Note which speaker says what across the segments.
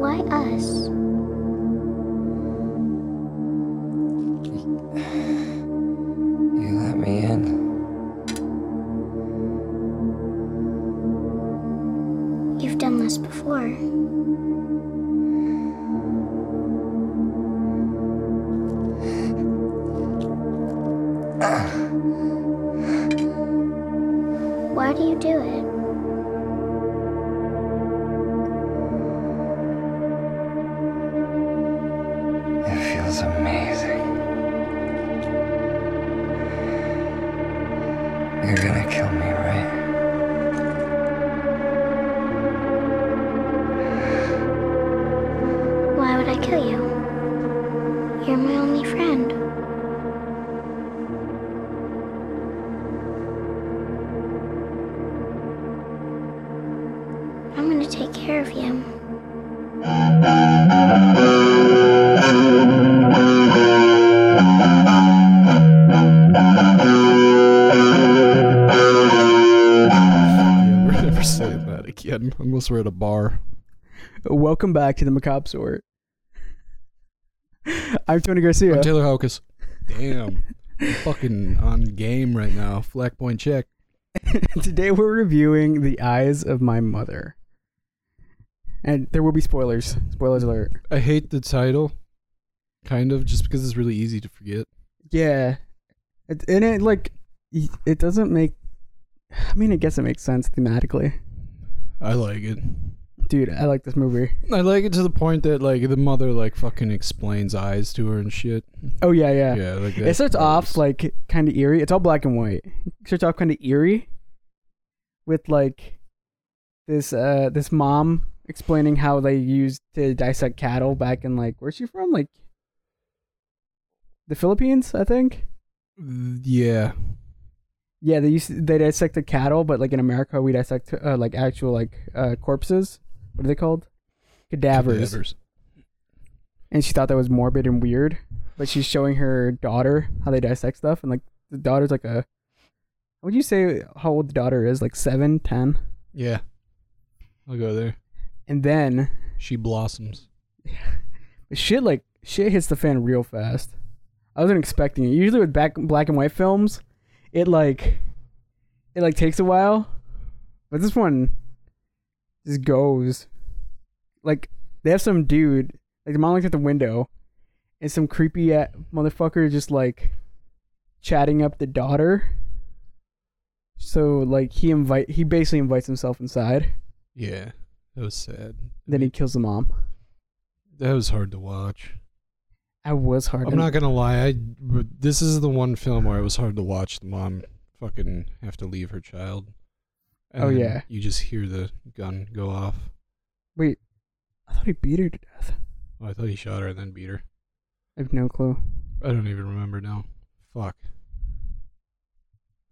Speaker 1: by us.
Speaker 2: You let me in.
Speaker 1: You've done this before. Why do you do it?
Speaker 2: It feels amazing. You're gonna kill me, right?
Speaker 1: Why would I kill you? You're my only friend. I'm gonna take care of you.
Speaker 3: Yeah, we're never saying that again unless we're at a bar.
Speaker 4: Welcome back to the Macabre Sort. I'm Tony Garcia.
Speaker 3: I'm Taylor Hocus. Damn. I'm fucking on game right now. Flack point check.
Speaker 4: Today we're reviewing The Eyes of My Mother. And there will be spoilers. Spoilers alert.
Speaker 3: I hate the title, kind of, just because it's really easy to forget.
Speaker 4: Yeah. It, and it, like, y- it doesn't make. I mean, I guess it makes sense thematically.
Speaker 3: I like it.
Speaker 4: Dude, I like this movie.
Speaker 3: I like it to the point that like the mother like fucking explains eyes to her and shit.
Speaker 4: Oh, yeah, yeah.
Speaker 3: Yeah, like that.
Speaker 4: it starts off, like, kind of eerie. It's all black and white. It starts off kind of eerie with, like, this, uh, this mom explaining how they used to dissect cattle back in, like, where's she from? Like, the Philippines, I think.
Speaker 3: yeah,
Speaker 4: Yeah, they used to, they dissected cattle, but like in America, we dissect uh, like actual like uh, corpses. What are they called? Cadavers.
Speaker 3: Cadavers.
Speaker 4: And she thought that was morbid and weird, but she's showing her daughter how they dissect stuff, and like the daughter's like a. What would you say how old the daughter is? Like seven, ten,
Speaker 3: Yeah, I'll go there.
Speaker 4: and then
Speaker 3: She blossoms.
Speaker 4: shit like shit hits the fan real fast. I wasn't expecting it. Usually with back black and white films, it like it like takes a while, but this one just goes. Like they have some dude like the mom looks at the window, and some creepy a motherfucker just like chatting up the daughter. So like he invite he basically invites himself inside,
Speaker 3: Yeah, that was sad.
Speaker 4: then
Speaker 3: Mm-hmm.
Speaker 4: he kills the mom.
Speaker 3: That was hard to watch.
Speaker 4: I was hard.
Speaker 3: I'm not gonna lie. I this is the one film where it was hard to watch the mom fucking have to leave her child.
Speaker 4: Oh,
Speaker 3: then
Speaker 4: yeah.
Speaker 3: you just hear the gun go off.
Speaker 4: wait. I thought he beat her to death.
Speaker 3: Oh, I thought he shot her and then beat her.
Speaker 4: I have no clue.
Speaker 3: I don't even remember now. Fuck.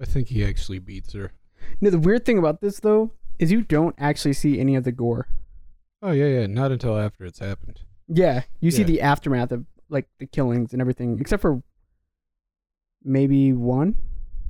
Speaker 3: I think he actually beats her.
Speaker 4: No, the weird thing about this though is you don't actually see any of the gore.
Speaker 3: Oh yeah, yeah. Not until after it's happened.
Speaker 4: Yeah, you see
Speaker 3: Yeah.
Speaker 4: the aftermath of like the killings and everything, except for maybe one.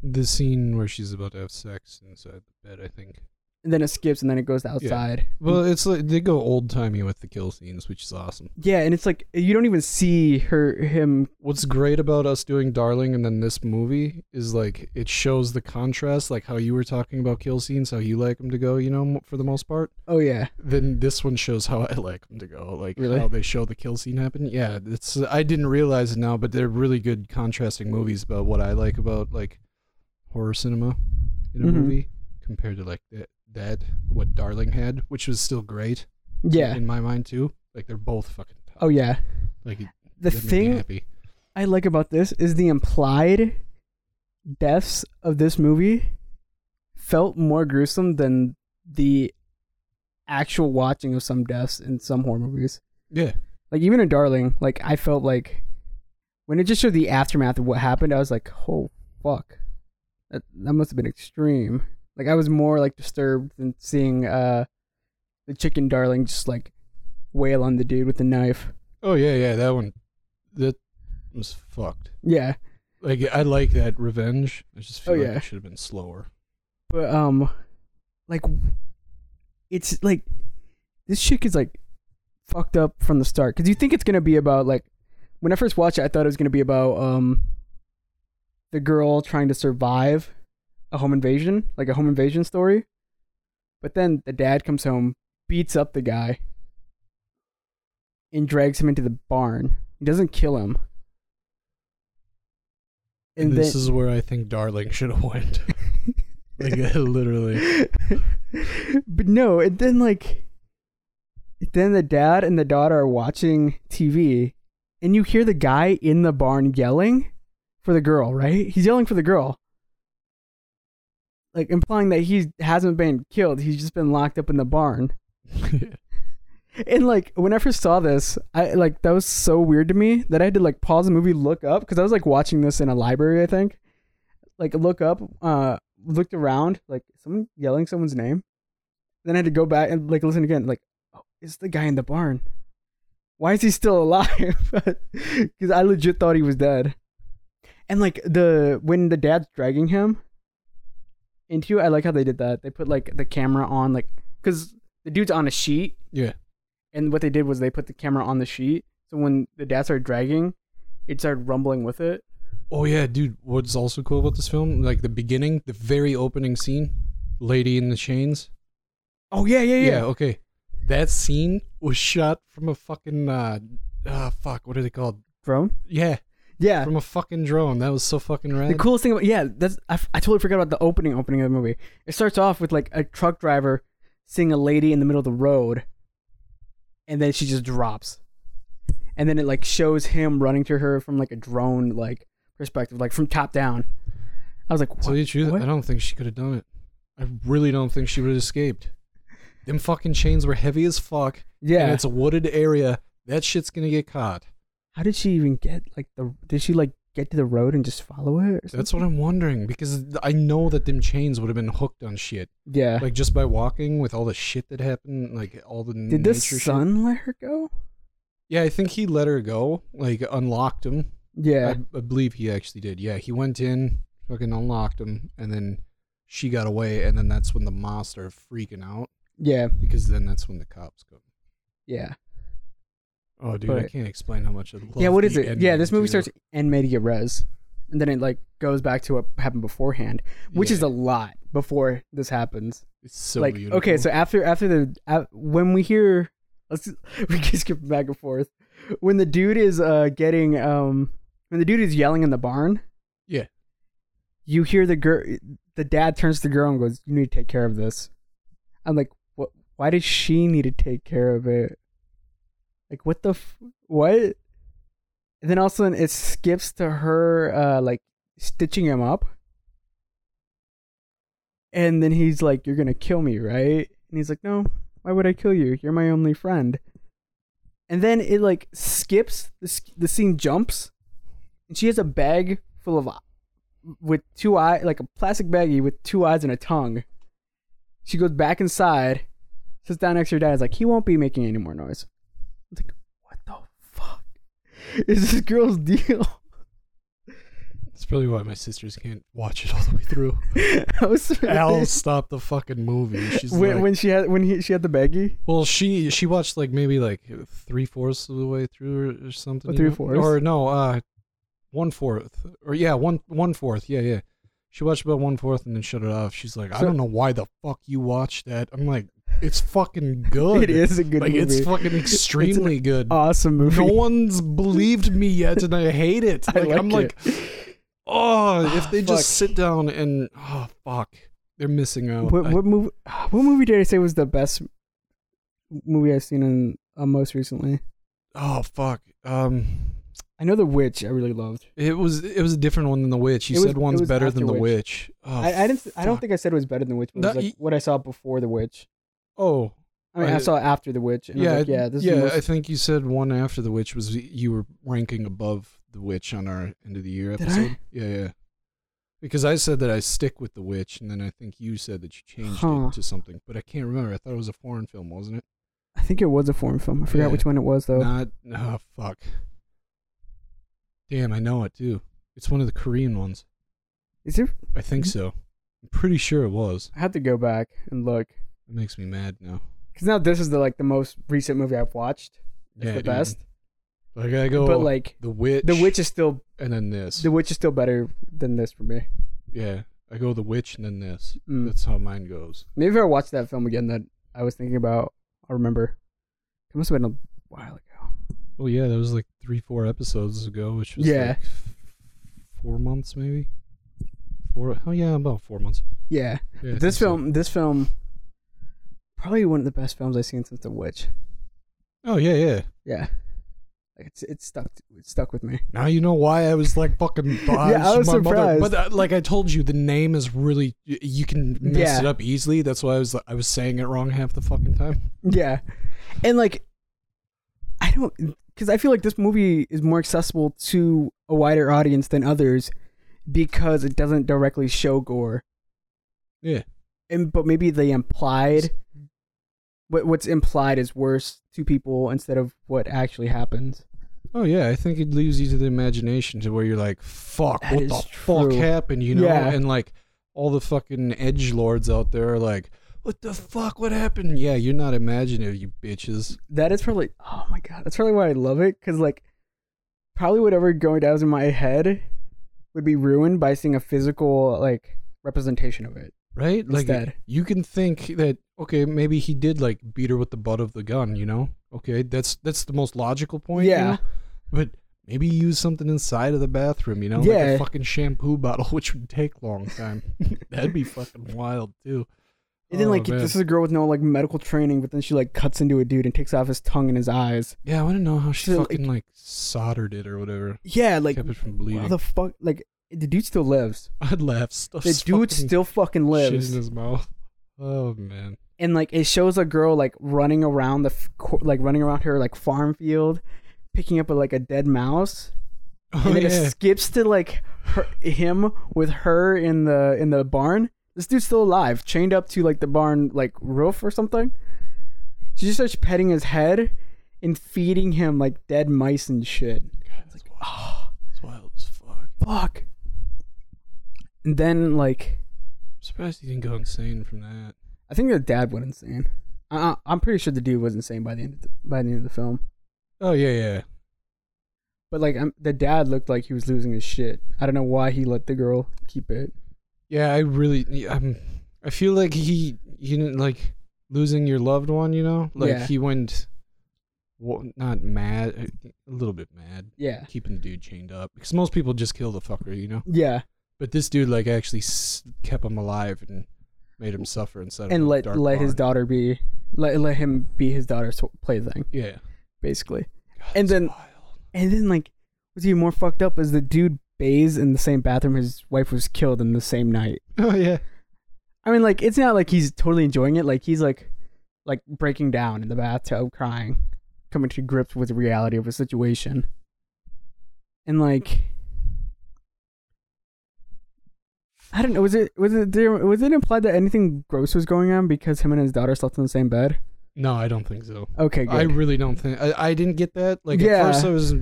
Speaker 3: The scene where she's about to have sex inside the bed. I think.
Speaker 4: And then it skips, and then it goes outside.
Speaker 3: Well, it's like they go old timey with the kill scenes, which is awesome.
Speaker 4: Yeah, and it's like you don't even see her, him.
Speaker 3: what's great about us doing darling and then this movie is like it shows the contrast like how you were talking about kill scenes how you like them to go you know mo- for the most part
Speaker 4: Oh yeah,
Speaker 3: then this one shows how i like them to go like
Speaker 4: Really?
Speaker 3: how they show the kill scene happen yeah it's i didn't realize it now but they're really good contrasting movies about what i like about like horror cinema in a
Speaker 4: Mhm.
Speaker 3: movie compared to like that, that what darling had which was still great
Speaker 4: yeah.
Speaker 3: in my mind too like they're both fucking top.
Speaker 4: Oh yeah.
Speaker 3: like it-
Speaker 4: The
Speaker 3: that made me
Speaker 4: thing
Speaker 3: happy.
Speaker 4: I like about this is the implied deaths of this movie felt more gruesome than the actual watching of some deaths in some horror movies.
Speaker 3: yeah
Speaker 4: like even in Darling, like I felt like when it just showed the aftermath of what happened, I was like, oh fuck, that that must have been extreme. Like I was more like disturbed than seeing uh the chicken Darling just like wail on the dude with the knife.
Speaker 3: Oh yeah, yeah, that one, that was fucked.
Speaker 4: Yeah,
Speaker 3: Like I like that revenge. I just feel
Speaker 4: Oh,
Speaker 3: like
Speaker 4: yeah.
Speaker 3: it should have been slower.
Speaker 4: but um, like it's like this chick is like fucked up from the start because you think it's gonna be about like when I first watched it, I thought it was gonna be about um the girl trying to survive a home invasion, like a home invasion story. But then the dad comes home, beats up the guy, and drags him into the barn. He doesn't kill him.
Speaker 3: And
Speaker 4: then-
Speaker 3: this is where I think Darling should have went. like literally.
Speaker 4: but no, and then like, then the dad and the daughter are watching TV, and you hear the guy in the barn yelling for the girl. Right? He's yelling for the girl, like implying that he hasn't been killed. He's just been locked up in the barn. And like when I first saw this, I like that was so weird to me that I had to like pause the movie, look up because I was like watching this in a library, I think. Like look up, uh, looked around, like someone yelling someone's name. Then I had to go back and like listen again, like, oh, it's the guy in the barn. Why is he still alive? Because I legit thought he was dead. And like the when the dad's dragging him into, I like how they did that. They put like the camera on, like, because the dude's on a sheet
Speaker 3: yeah.
Speaker 4: and what they did was they put the camera on the sheet. So when the dad started dragging, it started rumbling with it.
Speaker 3: Oh yeah, dude. What's also cool about this film, like the beginning, the very opening scene, lady in the chains.
Speaker 4: Oh yeah, yeah,
Speaker 3: Yeah. okay. That scene was shot from a fucking uh, ah, fuck. What are they called?
Speaker 4: Drone.
Speaker 3: Yeah,
Speaker 4: Yeah.
Speaker 3: from a fucking drone. That was so fucking
Speaker 4: The
Speaker 3: rad.
Speaker 4: coolest thing about yeah, that's I, f- I totally forgot about the opening opening of the movie. It starts off with like a truck driver seeing a lady in the middle of the road, and then she just drops, and then it like shows him running to her from like a drone like perspective, like from top down. I was like,
Speaker 3: Tell
Speaker 4: "What?
Speaker 3: you the truth,
Speaker 4: What?
Speaker 3: I don't think she could have done it. I really don't think she would have escaped. Them fucking chains were heavy as fuck.
Speaker 4: yeah.
Speaker 3: And it's a wooded area. That shit's gonna get caught.
Speaker 4: How did she even get like the? Did she like get to the road and just follow it? Or something?
Speaker 3: That's what I'm wondering because I know that them chains would have been hooked on shit,
Speaker 4: yeah.
Speaker 3: like just by walking with all the shit that happened, like all the
Speaker 4: Did the
Speaker 3: nature shit.
Speaker 4: son let her go?
Speaker 3: Yeah, I think he let her go, like unlocked him.
Speaker 4: Yeah.
Speaker 3: I, I believe he actually did. Yeah, he went in, fucking unlocked him, and then she got away, and then that's when the mob started freaking out
Speaker 4: yeah.
Speaker 3: because then that's when the cops come.
Speaker 4: Yeah.
Speaker 3: Oh, dude, I
Speaker 4: But-
Speaker 3: can't explain how much I love.
Speaker 4: yeah, what is
Speaker 3: the
Speaker 4: it? Yeah,
Speaker 3: ending,
Speaker 4: this movie
Speaker 3: too.
Speaker 4: starts and media res. And then it like goes back to what happened beforehand, which is
Speaker 3: Yeah.
Speaker 4: a lot before this happens.
Speaker 3: It's so
Speaker 4: like
Speaker 3: beautiful.
Speaker 4: okay, so after after the a when we hear let's we can skip back and forth. When the dude is uh getting um when the dude is yelling in the barn,
Speaker 3: yeah,
Speaker 4: you hear the girl the dad turns to the girl and goes, "You need to take care of this." I'm like, "What why did she need to take care of it?" Like what the f- what? And then all of a sudden it skips to her uh like stitching him up. And then he's like, "You're going to kill me, right?" And he's like, "No. Why would I kill you? You're my only friend." And then it like skips the s- the scene jumps. And she has a bag full of with two eye like a plastic baggie with two eyes and a tongue. She goes back inside, sits down next to her dad. Is like, he won't be making any more noise. It's like, what the fuck is this girl's deal?
Speaker 3: that's probably why my sisters can't watch it all the way through.
Speaker 4: I was so-
Speaker 3: Al stopped the fucking movie. She's
Speaker 4: when,
Speaker 3: like,
Speaker 4: when she had when he she had the baggie.
Speaker 3: well, she she watched like maybe like three fourths of the way through or, or something.
Speaker 4: Oh,
Speaker 3: you know?
Speaker 4: three-fourths?
Speaker 3: or no, uh, one fourth or yeah, one one fourth. Yeah, yeah. She watched about one fourth and then shut it off. She's like, I
Speaker 4: So-
Speaker 3: don't know why the fuck you watched that. I'm like, it's fucking good.
Speaker 4: It is a good
Speaker 3: like
Speaker 4: movie.
Speaker 3: it's fucking extremely good.
Speaker 4: awesome movie.
Speaker 3: no one's believed me yet, and I hate it.
Speaker 4: I
Speaker 3: Like, I'm
Speaker 4: like Ah,
Speaker 3: like, Oh, if they
Speaker 4: Fuck.
Speaker 3: just sit down and oh fuck, they're missing out.
Speaker 4: what,
Speaker 3: I-
Speaker 4: what movie? What movie did I say was the best movie I've seen in uh, most recently?
Speaker 3: oh fuck. Um,
Speaker 4: I know The Witch. I really loved.
Speaker 3: it was it was a different one than the witch. You
Speaker 4: It was-
Speaker 3: said
Speaker 4: it
Speaker 3: one's
Speaker 4: was
Speaker 3: better
Speaker 4: after
Speaker 3: than the
Speaker 4: Witch.
Speaker 3: witch. Oh,
Speaker 4: I, I didn't. I don't
Speaker 3: fuck.
Speaker 4: think I said it was better than The Witch. But it was
Speaker 3: No,
Speaker 4: like
Speaker 3: you-
Speaker 4: what I saw before The Witch.
Speaker 3: Oh
Speaker 4: I mean, I,
Speaker 3: I-
Speaker 4: saw it after the witch, and
Speaker 3: yeah,
Speaker 4: yeah, I was like, yeah, this
Speaker 3: yeah.
Speaker 4: is the most-
Speaker 3: I think you said one after the witch was you were ranking above the witch on our end of the year
Speaker 4: Did I?
Speaker 3: episode. Yeah, yeah. Because I said that I stick with the witch, and then I think you said that you changed
Speaker 4: Huh.
Speaker 3: it to something, but I can't remember. I thought it was a foreign film, wasn't it?
Speaker 4: I think it was a foreign film. I forgot
Speaker 3: Yeah.
Speaker 4: which one it was though.
Speaker 3: Not oh fuck. Damn, I know it too. It's one of the Korean ones.
Speaker 4: Is there?
Speaker 3: I
Speaker 4: Mm-hmm.
Speaker 3: think so. I'm pretty sure it was.
Speaker 4: I had to go back and look.
Speaker 3: It makes me mad now.
Speaker 4: because now this is the like the most recent movie I've watched. It's
Speaker 3: Yeah,
Speaker 4: the
Speaker 3: dude.
Speaker 4: best,
Speaker 3: Like I go,
Speaker 4: but like
Speaker 3: the witch,
Speaker 4: the witch is still
Speaker 3: and then this.
Speaker 4: the witch is still better than this for me.
Speaker 3: yeah, I go the witch and then this.
Speaker 4: Mm.
Speaker 3: That's how mine goes.
Speaker 4: Maybe if I watch that film again that I was thinking about, I'll remember. It must have been a while ago.
Speaker 3: Oh yeah, that was like three, four episodes ago, which was
Speaker 4: Yeah.
Speaker 3: like f- four months maybe. Four? Oh yeah, about four months.
Speaker 4: Yeah,
Speaker 3: Yeah, I
Speaker 4: But this
Speaker 3: think so.
Speaker 4: film, this film, probably one of the best films I've seen since The Witch.
Speaker 3: Oh yeah, yeah.
Speaker 4: Yeah, like it's it's stuck it stuck with me.
Speaker 3: Now you know why I was like fucking.
Speaker 4: Yeah, I was
Speaker 3: my mother-
Speaker 4: surprised.
Speaker 3: But uh, like I told you, the name is really y- you can mess
Speaker 4: Yeah.
Speaker 3: it up easily. That's why I was I was saying it wrong half the fucking time.
Speaker 4: Yeah, and like I don't because I feel like this movie is more accessible to a wider audience than others because it doesn't directly show gore.
Speaker 3: Yeah.
Speaker 4: and but maybe the implied what what's implied is worse to people instead of what actually happens.
Speaker 3: Oh yeah, I think it leaves you to the imagination to where you're like, fuck,
Speaker 4: That
Speaker 3: what
Speaker 4: is
Speaker 3: the
Speaker 4: true.
Speaker 3: fuck happened, you know?
Speaker 4: Yeah.
Speaker 3: And like all the fucking edge lords out there are like, what the fuck, what happened? Yeah, you're not imaginative, you bitches.
Speaker 4: That is probably oh my god, that's probably why I love it because like probably whatever going down in my head would be ruined by seeing a physical like representation of it.
Speaker 3: Right? Like
Speaker 4: Instead.
Speaker 3: you can think that okay, maybe he did like beat her with the butt of the gun, you know? Okay, that's that's the most logical point. you
Speaker 4: Yeah.
Speaker 3: know? But maybe you use something inside of the bathroom, you know? Like
Speaker 4: Yeah.
Speaker 3: a fucking shampoo bottle, which would take a long time. That'd be fucking wild too.
Speaker 4: And then
Speaker 3: Oh,
Speaker 4: like
Speaker 3: man.
Speaker 4: this is a girl with no like medical training, but then she like cuts into a dude and takes off his tongue and his eyes.
Speaker 3: Yeah, I want to know how she
Speaker 4: So, like-
Speaker 3: fucking like, soldered it or whatever.
Speaker 4: Yeah, like
Speaker 3: kept it from
Speaker 4: how
Speaker 3: bleeding.
Speaker 4: the fuck like the dude still lives.
Speaker 3: I'd laugh. Stuff.
Speaker 4: The dude still fucking lives.
Speaker 3: Shit in his mouth. Oh man.
Speaker 4: and like it shows a girl like running around the f- co- like running around her like farm field picking up a, like a dead mouse
Speaker 3: Oh
Speaker 4: and then
Speaker 3: yeah.
Speaker 4: it skips to like her, him with her in the in the barn this dude's still alive chained up to like the barn like roof or something she just starts petting his head and feeding him like dead mice and shit
Speaker 3: God, that's, wild.
Speaker 4: "Ah."
Speaker 3: that's wild as fuck.
Speaker 4: fuck and then like
Speaker 3: I'm surprised he didn't go insane from that.
Speaker 4: i think the dad went insane I- I- i'm pretty sure the dude was insane by the end of the, by the end of the film
Speaker 3: Oh yeah, yeah.
Speaker 4: But like um, the dad looked like he was losing his shit. I don't know why he let the girl keep it.
Speaker 3: Yeah, I really. yeah, I'm. I feel like he. You didn't like losing your loved one. You know, like
Speaker 4: Yeah.
Speaker 3: he went. wa- Not mad, a little bit mad.
Speaker 4: Yeah.
Speaker 3: Keeping the dude chained up because most people just kill the fucker, you know.
Speaker 4: Yeah.
Speaker 3: But this dude like actually s- kept him alive and made him suffer instead of
Speaker 4: And let
Speaker 3: dark
Speaker 4: let his
Speaker 3: barn.
Speaker 4: daughter be let let him be his daughter's plaything
Speaker 3: yeah.
Speaker 4: basically.
Speaker 3: God,
Speaker 4: And
Speaker 3: that's
Speaker 4: then-
Speaker 3: wild.
Speaker 4: And then like what's even more fucked up is the dude bathes in the same bathroom his wife was killed in the same night.
Speaker 3: oh yeah,
Speaker 4: I mean like it's not like he's totally enjoying it. Like he's like like breaking down in the bathtub crying, coming to grips with the reality of his situation. And like I don't know. Was it was it there, was it implied that anything gross was going on because him and his daughter slept in the same bed?
Speaker 3: no, I don't think so.
Speaker 4: Okay, good.
Speaker 3: I really don't think I, I didn't get that. Like
Speaker 4: Yeah.
Speaker 3: at first I was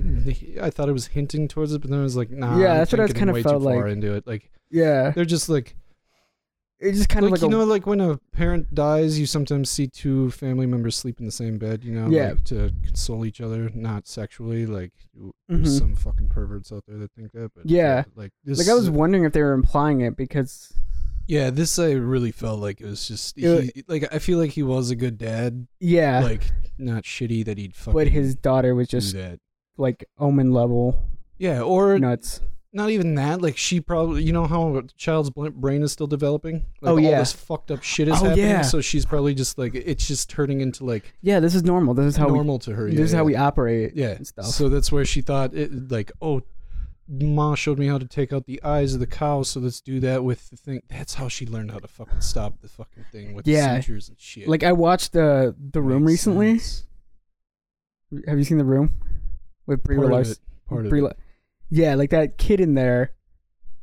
Speaker 3: I thought it was hinting towards it, but then I was like, nah.
Speaker 4: Yeah,
Speaker 3: I'm
Speaker 4: that's what I was
Speaker 3: thinking
Speaker 4: kinda
Speaker 3: way
Speaker 4: felt
Speaker 3: too far
Speaker 4: like.
Speaker 3: into it. Like
Speaker 4: yeah,
Speaker 3: they're just like
Speaker 4: it's just kind
Speaker 3: like,
Speaker 4: of like
Speaker 3: you
Speaker 4: a,
Speaker 3: know, like when a parent dies, you sometimes see two family members sleep in the same bed. You know,
Speaker 4: Yeah.
Speaker 3: like to console each other, not sexually. Like
Speaker 4: Mhm.
Speaker 3: there's some fucking perverts out there that think that. But
Speaker 4: Yeah.
Speaker 3: like this.
Speaker 4: like I was wondering if they were implying it because
Speaker 3: Yeah, this I really felt like it was just
Speaker 4: It-
Speaker 3: he, like I feel like he was a good dad,
Speaker 4: yeah,
Speaker 3: like not shitty that he'd fucking
Speaker 4: but his daughter was just
Speaker 3: do that.
Speaker 4: like omen level
Speaker 3: Yeah, or
Speaker 4: nuts.
Speaker 3: not even that. Like she probably, you know how a child's bl- brain is still developing. Like,
Speaker 4: Oh, yeah.
Speaker 3: all this fucked up shit is
Speaker 4: Oh,
Speaker 3: happening.
Speaker 4: yeah.
Speaker 3: So she's probably just like it's just turning into like
Speaker 4: Yeah, this is normal. This is how
Speaker 3: normal to her.
Speaker 4: we
Speaker 3: Yeah,
Speaker 4: this is how
Speaker 3: yeah.
Speaker 4: we operate.
Speaker 3: yeah
Speaker 4: and stuff.
Speaker 3: so that's where she thought it like oh ma showed me how to take out the eyes of the cow so let's do that with the thing that's how she learned how to fucking stop the fucking thing with
Speaker 4: Yeah.
Speaker 3: the seizures and shit
Speaker 4: Like I watched uh, the room
Speaker 3: Makes
Speaker 4: recently.
Speaker 3: sense.
Speaker 4: Have you seen the room with Brie
Speaker 3: part of
Speaker 4: Larson?
Speaker 3: it part of
Speaker 4: Brie
Speaker 3: it.
Speaker 4: La- yeah, like that kid in there.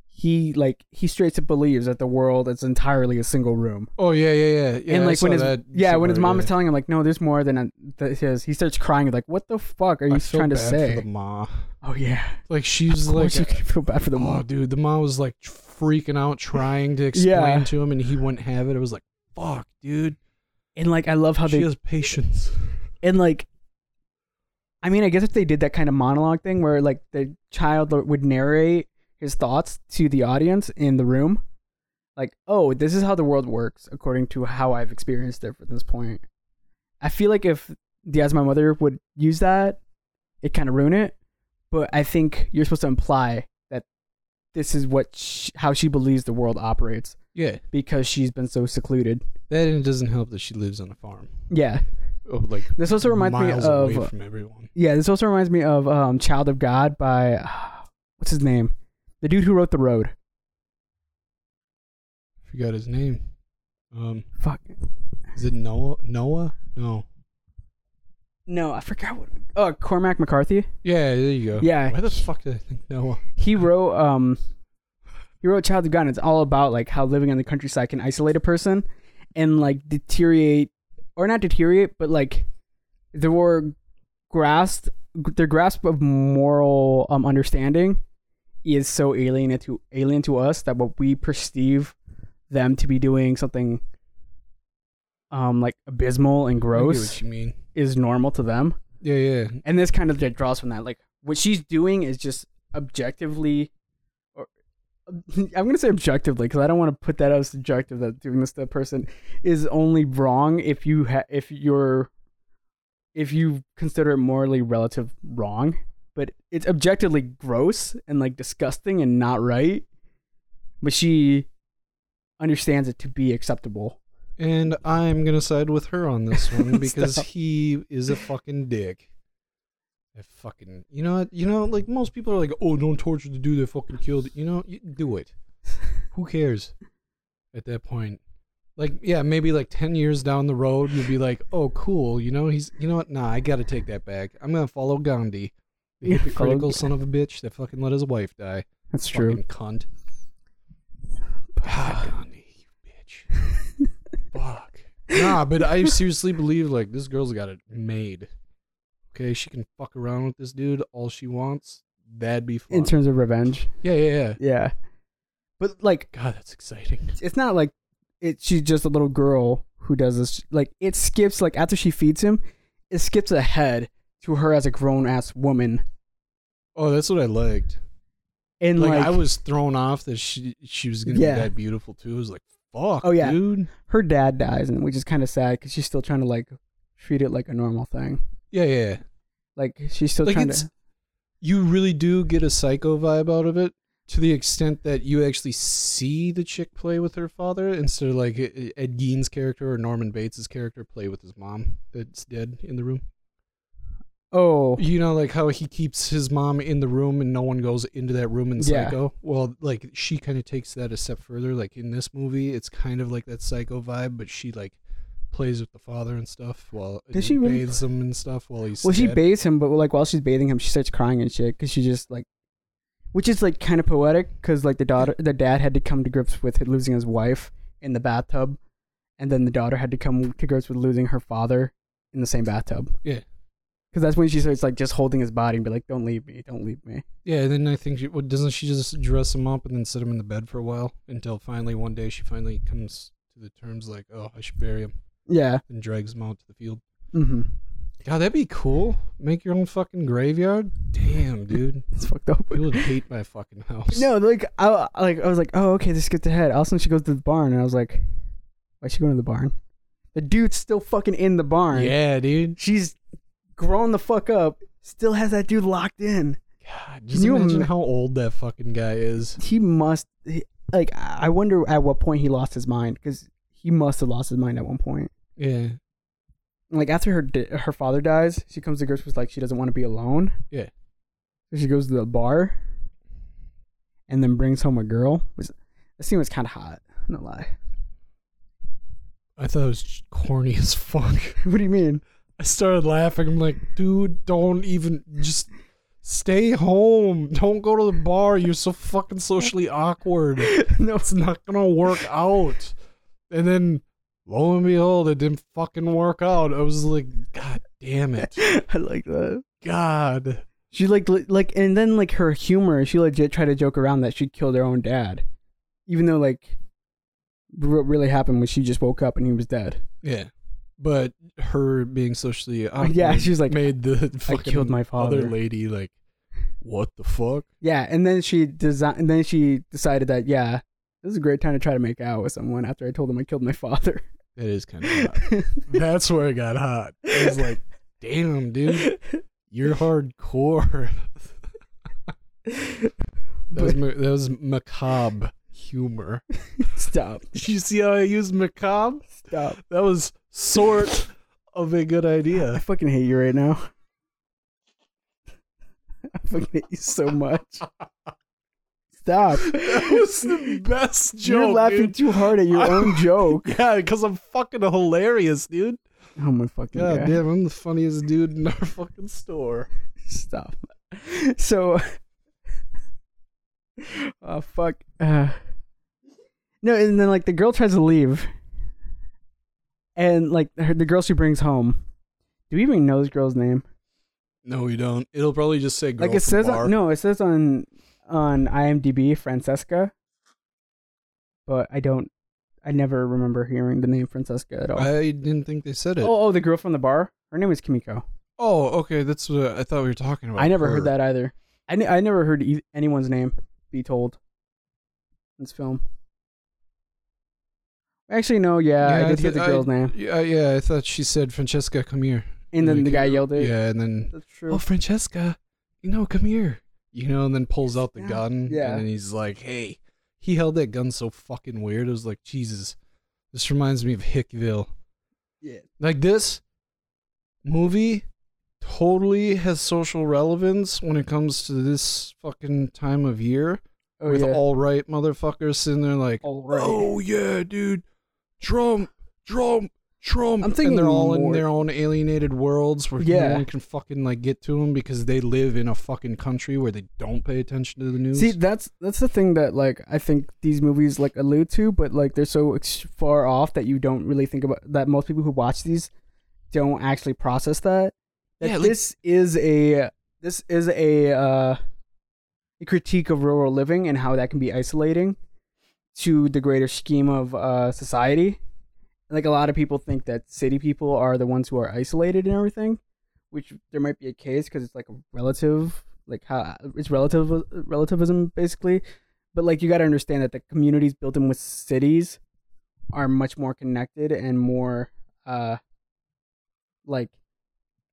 Speaker 4: He like he straight up believes that the world is entirely a single room.
Speaker 3: oh yeah yeah yeah, yeah
Speaker 4: and
Speaker 3: I
Speaker 4: like when
Speaker 3: saw
Speaker 4: his
Speaker 3: that
Speaker 4: yeah when his
Speaker 3: somewhere,
Speaker 4: mom
Speaker 3: yeah.
Speaker 4: is telling him like no, there's more than a, that his. He starts crying like what the fuck are you
Speaker 3: I feel
Speaker 4: trying to
Speaker 3: bad
Speaker 4: say?
Speaker 3: for the ma
Speaker 4: Oh yeah,
Speaker 3: like she's
Speaker 4: of course
Speaker 3: like
Speaker 4: you can feel bad for the
Speaker 3: oh
Speaker 4: mom.
Speaker 3: dude the mom was like freaking out trying to explain
Speaker 4: Yeah.
Speaker 3: to him and he wouldn't have it it was like fuck dude
Speaker 4: And like I love how
Speaker 3: she
Speaker 4: they
Speaker 3: has patience.
Speaker 4: and like i mean i guess if they did that kind of monologue thing where like the child would narrate his thoughts to the audience in the room like oh this is how the world works according to how i've experienced it from this point i feel like if the as my mother would use that it kind of ruin it but i think you're supposed to imply that this is what sh how she believes the world operates
Speaker 3: Yeah,
Speaker 4: because she's been so secluded
Speaker 3: that and it doesn't help that she lives on a farm.
Speaker 4: yeah
Speaker 3: Oh, like
Speaker 4: this also reminds me
Speaker 3: miles
Speaker 4: of uh,
Speaker 3: away from everyone.
Speaker 4: Yeah, this also reminds me of um, Child of God by what's his name? The dude who wrote The Road.
Speaker 3: Forgot his name. Um,
Speaker 4: Fuck.
Speaker 3: is it Noah? Noah? No.
Speaker 4: No, I forgot what. Oh, Cormac McCarthy.
Speaker 3: Yeah, there you go.
Speaker 4: Yeah.
Speaker 3: Why the fuck did I think Noah?
Speaker 4: He wrote um he wrote Child of God and it's all about like how living in the countryside can isolate a person and like deteriorate or not deteriorate, but like their were grasp their grasp of moral um understanding is so alien to alien to us that what we perceive them to be doing something um like abysmal and
Speaker 3: I get what
Speaker 4: gross
Speaker 3: you mean?
Speaker 4: is normal to them
Speaker 3: Yeah, yeah.
Speaker 4: and this kind of like draws from that. Like what she's doing is just objectively, or I'm gonna say objectively because I don't want to put that as subjective. That doing this to a person is only wrong if you ha- if you're if you consider it morally relative wrong, but it's objectively gross and like disgusting and not right. But she understands it to be acceptable.
Speaker 3: And I'm gonna side with her on this one because
Speaker 4: Stop.
Speaker 3: he is a fucking dick. I fucking, you know what? You know, like most people are like, oh, don't torture the dude that fucking killed. You know, you do it. Who cares? At that point, like, yeah, maybe like ten years down the road, you'll be like, oh, cool. You know, he's, you know what? Nah, I gotta take that back. I'm gonna follow Gandhi, the
Speaker 4: Yeah, follow
Speaker 3: hypocritical
Speaker 4: Ga-
Speaker 3: son of a bitch that fucking let his wife die.
Speaker 4: That's
Speaker 3: Fucking cunt. Ah, Gandhi, you bitch. Fuck. Nah, but I seriously believe like this girl's got it made. Okay, she can fuck around with this dude all she wants. That'd be fun.
Speaker 4: In terms of revenge,
Speaker 3: yeah, yeah, yeah.
Speaker 4: yeah. But like
Speaker 3: God, that's exciting.
Speaker 4: it's not like it she's just a little girl who does this like it skips like after she feeds him it skips ahead to her as a grown ass woman
Speaker 3: Oh, that's what I liked.
Speaker 4: and
Speaker 3: Like,
Speaker 4: like,
Speaker 3: I was thrown off that she she was gonna
Speaker 4: Yeah.
Speaker 3: be that beautiful too. I was like, fuck,
Speaker 4: Oh, yeah.
Speaker 3: dude.
Speaker 4: her dad dies and which is kind of sad because she's still trying to like treat it like a normal thing
Speaker 3: Yeah, yeah. yeah.
Speaker 4: like she's still
Speaker 3: Like
Speaker 4: trying
Speaker 3: it's
Speaker 4: to
Speaker 3: you really do get a psycho vibe out of it to the extent that you actually see the chick play with her father instead of like E-, Ed Gein's character or Norman Bates' character play with his mom that's dead in the room.
Speaker 4: oh
Speaker 3: You know, like how he keeps his mom in the room and no one goes into that room in
Speaker 4: Yeah.
Speaker 3: Psycho. Well, like she kind of takes that a step further. Like in this movie, it's kind of like that Psycho vibe, but she like plays with the father and stuff while
Speaker 4: Does she really-
Speaker 3: bathes him and stuff while he's
Speaker 4: well she
Speaker 3: dead.
Speaker 4: bathes him but like while she's bathing him she starts crying and shit because she just like which is like kind of poetic because like the daughter the dad had to come to grips with losing his wife in the bathtub and then the daughter had to come to grips with losing her father in the same bathtub
Speaker 3: Yeah.
Speaker 4: because that's when she starts like just holding his body and be like don't leave me don't leave me
Speaker 3: Yeah, and then I think she, well, doesn't she just dress him up and then sit him in the bed for a while until finally one day she finally comes to the terms like, oh, I should bury him,
Speaker 4: yeah
Speaker 3: and drags him out to the field.
Speaker 4: mm-hmm
Speaker 3: God, that'd be cool. Make your own fucking graveyard. Damn, dude,
Speaker 4: it's fucked up
Speaker 3: you would hate my fucking house.
Speaker 4: no like I I- like I was like oh okay this skipped ahead all of a sudden she goes to the barn and I was like why's she going to the barn the dude's still fucking in the barn
Speaker 3: Yeah, dude.
Speaker 4: she's grown the fuck up, still has that dude locked in.
Speaker 3: God, just
Speaker 4: you
Speaker 3: imagine
Speaker 4: ima-
Speaker 3: how old that fucking guy is.
Speaker 4: He must, he- like, I I wonder at what point he lost his mind because he must have lost his mind at one point.
Speaker 3: Yeah,
Speaker 4: Like after her di- her father dies, she comes to grips with like she doesn't want to be alone.
Speaker 3: yeah.
Speaker 4: So she goes to the bar, and then brings home a girl. Which, that scene was kind of hot. No lie.
Speaker 3: I thought it was just corny as fuck.
Speaker 4: What do you mean?
Speaker 3: I started laughing. I'm like, dude, don't even just stay home. Don't go to the bar. You're so fucking socially awkward.
Speaker 4: no,
Speaker 3: It's not gonna work out. And then lo and behold, it didn't fucking work out. I was like, God damn it.
Speaker 4: I like that.
Speaker 3: God.
Speaker 4: She like le- like and then like her humor, she legit tried to joke around that she killed her own dad, even though like what really happened was she just woke up and he was dead.
Speaker 3: Yeah. but her being socially awkward
Speaker 4: Yeah, she's like,
Speaker 3: made the fucking
Speaker 4: killed my
Speaker 3: other
Speaker 4: father.
Speaker 3: lady like, what the fuck?
Speaker 4: Yeah, and then she desi- and then she decided that yeah, this is a great time to try to make out with someone after I told him I killed my father.
Speaker 3: That is kind of hot. That's where it got hot. It was like, damn, dude, you're hardcore. that, was, ma- that was macabre humor.
Speaker 4: stop,
Speaker 3: Did you see how I used macabre?
Speaker 4: stop.
Speaker 3: That was sort of a good
Speaker 4: I
Speaker 3: idea.
Speaker 4: fucking hate you right now. I fucking hate you so much. Stop.
Speaker 3: That was the best joke.
Speaker 4: You're laughing
Speaker 3: dude.
Speaker 4: too hard at your
Speaker 3: I-
Speaker 4: own joke.
Speaker 3: Yeah, because I'm fucking hilarious, dude.
Speaker 4: Oh my fucking
Speaker 3: God
Speaker 4: god.
Speaker 3: damn, I'm the funniest dude in our fucking store.
Speaker 4: Stop. So, oh fuck. Uh, no, and then like the girl tries to leave, and like her, the girl she brings home. Do we even know this girl's name?
Speaker 3: No, you don't. It'll probably just say girl
Speaker 4: like it
Speaker 3: from
Speaker 4: says
Speaker 3: bar.
Speaker 4: on, no, it says on on IMDb Francesca, but I don't. I never remember hearing the name Francesca at all.
Speaker 3: I didn't think they said it. Oh,
Speaker 4: oh, oh, the girl from the bar. Her name is Kimiko.
Speaker 3: okay. That's what I thought we were talking about.
Speaker 4: I never
Speaker 3: her.
Speaker 4: heard that either. I ne- I never heard e- anyone's name be told in this film. Actually, no, yeah, I did hear
Speaker 3: th-
Speaker 4: the girl's name,
Speaker 3: Yeah, yeah, I thought she said, Francesca, come here.
Speaker 4: and then the
Speaker 3: like,
Speaker 4: guy yelled it.
Speaker 3: Mm, Yeah, and then,
Speaker 4: that's true.
Speaker 3: oh, Francesca, you know, come here. You know, and then pulls out the
Speaker 4: Yeah.
Speaker 3: gun.
Speaker 4: Yeah.
Speaker 3: And then he's like, hey, he held that gun so fucking weird. It was like, Jesus, this reminds me of Hickville.
Speaker 4: yeah,
Speaker 3: like this movie totally has social relevance when it comes to this fucking time of year
Speaker 4: oh
Speaker 3: with
Speaker 4: yeah,
Speaker 3: all right motherfuckers sitting there like
Speaker 4: All right.
Speaker 3: oh yeah dude trump trump trump
Speaker 4: I'm thinking
Speaker 3: and they're all in
Speaker 4: more-
Speaker 3: their own alienated worlds where
Speaker 4: Yeah.
Speaker 3: no one can fucking like get to them because they live in a fucking country where they don't pay attention to the news
Speaker 4: See, that's that's the thing that like I think these movies like allude to, but like they're so ex- far off that you don't really think about that. Most people who watch these don't actually process that. that
Speaker 3: Yeah, like-
Speaker 4: this is a this is a uh, a critique of rural living and how that can be isolating to the greater scheme of uh, society. Like a lot of people think that city people are the ones who are isolated and everything, which there might be a case because it's like a relative, like how it's relative relativism basically. But like you got to understand that the communities built in with cities are much more connected and more uh like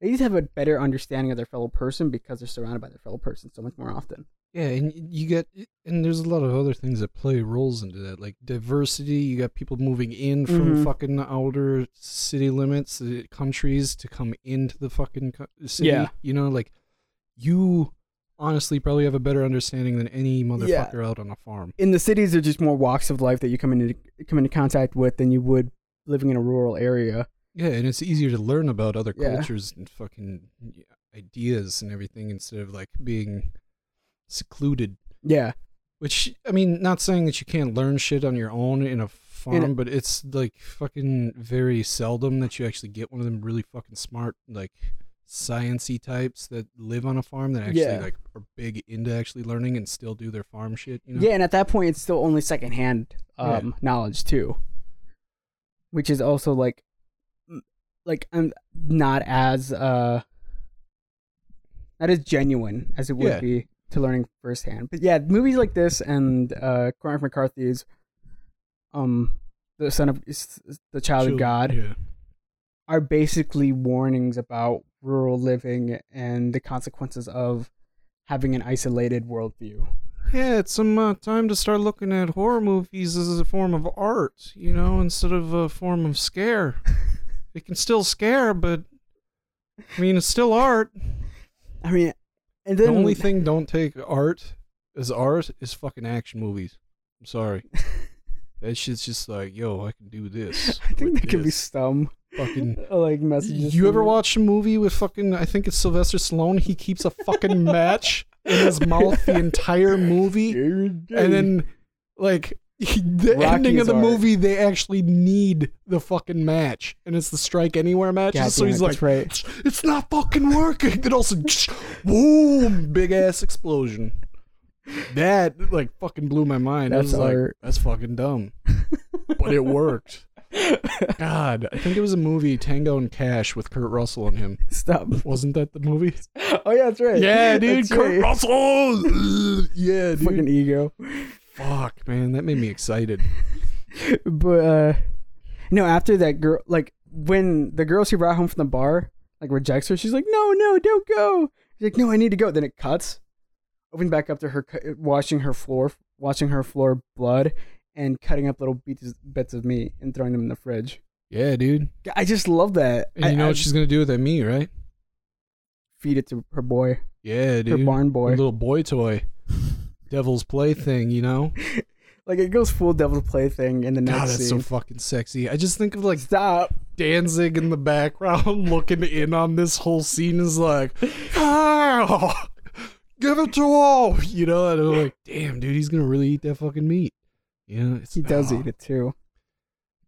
Speaker 4: they just have a better understanding of their fellow person because they're surrounded by their fellow person so much more often.
Speaker 3: Yeah, and y- you get, and there's a lot of other things that play roles into that, like diversity. You got people moving in from
Speaker 4: Mhm.
Speaker 3: fucking outer city limits, uh, countries to come into the fucking co- city.
Speaker 4: Yeah.
Speaker 3: You know, like you honestly probably have a better understanding than any motherfucker out on a farm.
Speaker 4: In the cities, there's just more walks of life that you come into come into contact with than you would living in a rural area.
Speaker 3: Yeah, and it's easier to learn about other
Speaker 4: Yeah.
Speaker 3: cultures and fucking ideas and everything instead of like being secluded
Speaker 4: Yeah,
Speaker 3: Which I mean, not saying that you can't learn shit on your own in a farm,
Speaker 4: a-
Speaker 3: but it's like fucking very seldom that you actually get one of them really fucking smart, like sciency types that live on a farm that actually
Speaker 4: Yeah.
Speaker 3: like are big into actually learning and still do their farm shit. You know?
Speaker 4: yeah, and at that point, it's still only secondhand um,
Speaker 3: Yeah.
Speaker 4: knowledge too, which is also like, m- like I'm not as uh, not as genuine as it would
Speaker 3: Yeah.
Speaker 4: be to learning firsthand. But yeah, movies like this and uh, Cormac McCarthy's, um, the son of is- is the child
Speaker 3: Children-
Speaker 4: of oh God
Speaker 3: Yeah.
Speaker 4: are basically warnings about rural living and the consequences of having an isolated worldview.
Speaker 3: Yeah, it's some uh, time to start looking at horror movies as a form of art, you know, instead of a form of scare. it can still scare, but I mean, it's still art.
Speaker 4: I mean, and then
Speaker 3: the only thing don't take art as art is fucking action movies. I'm sorry. that shit's just like, yo, I can do this.
Speaker 4: I think
Speaker 3: with
Speaker 4: that could be
Speaker 3: this.
Speaker 4: some
Speaker 3: fucking.
Speaker 4: uh, like messages.
Speaker 3: You
Speaker 4: from
Speaker 3: ever
Speaker 4: it.
Speaker 3: watch a movie with fucking? I think it's Sylvester Stallone. He keeps a fucking match in his mouth the entire movie,
Speaker 4: And
Speaker 3: and then like he, the
Speaker 4: Rocky
Speaker 3: ending of
Speaker 4: is
Speaker 3: the
Speaker 4: art.
Speaker 3: movie, they actually need the fucking match, and it's the strike anywhere match.
Speaker 4: God
Speaker 3: so
Speaker 4: damn
Speaker 3: he's
Speaker 4: it,
Speaker 3: like,
Speaker 4: that's right.
Speaker 3: it's, it's not fucking working. Then also, boom, big ass explosion. That like fucking blew my mind. I
Speaker 4: That's
Speaker 3: was like,
Speaker 4: art.
Speaker 3: that's fucking dumb, but it worked. God, I think it was a movie Tango and Cash with Kurt Russell in him.
Speaker 4: Stop.
Speaker 3: Wasn't that the movie?
Speaker 4: Oh yeah, that's right.
Speaker 3: Yeah, dude,
Speaker 4: That's
Speaker 3: Kurt
Speaker 4: right.
Speaker 3: Russell. Ugh, yeah, dude.
Speaker 4: Fucking ego.
Speaker 3: Fuck, man, that made me excited.
Speaker 4: But uh no, after that girl, like when the girl she brought home from the bar like rejects her, she's like, "No, no, don't go." She's like, "No, I need to go." Then it cuts, open back up to her cu- washing her floor, washing her floor blood, and cutting up little bits bits of meat and throwing them in the fridge.
Speaker 3: Yeah, dude.
Speaker 4: I just love that.
Speaker 3: And
Speaker 4: I,
Speaker 3: you know
Speaker 4: I
Speaker 3: what she's gonna do with that meat, right?
Speaker 4: feed it to her boy,
Speaker 3: Yeah, dude.
Speaker 4: her barn
Speaker 3: Her
Speaker 4: boy.
Speaker 3: little boy toy, devil's plaything. You know.
Speaker 4: like it goes full devil's plaything in the next
Speaker 3: God, that's so
Speaker 4: scene.
Speaker 3: fucking sexy. I just think of like
Speaker 4: Stop.
Speaker 3: Danzig in the background looking in on this whole scene is like, ah, give it to all. You know, and I'm like, damn, dude, he's gonna really eat that fucking meat. You know, it's,
Speaker 4: He does
Speaker 3: ah,
Speaker 4: eat it too.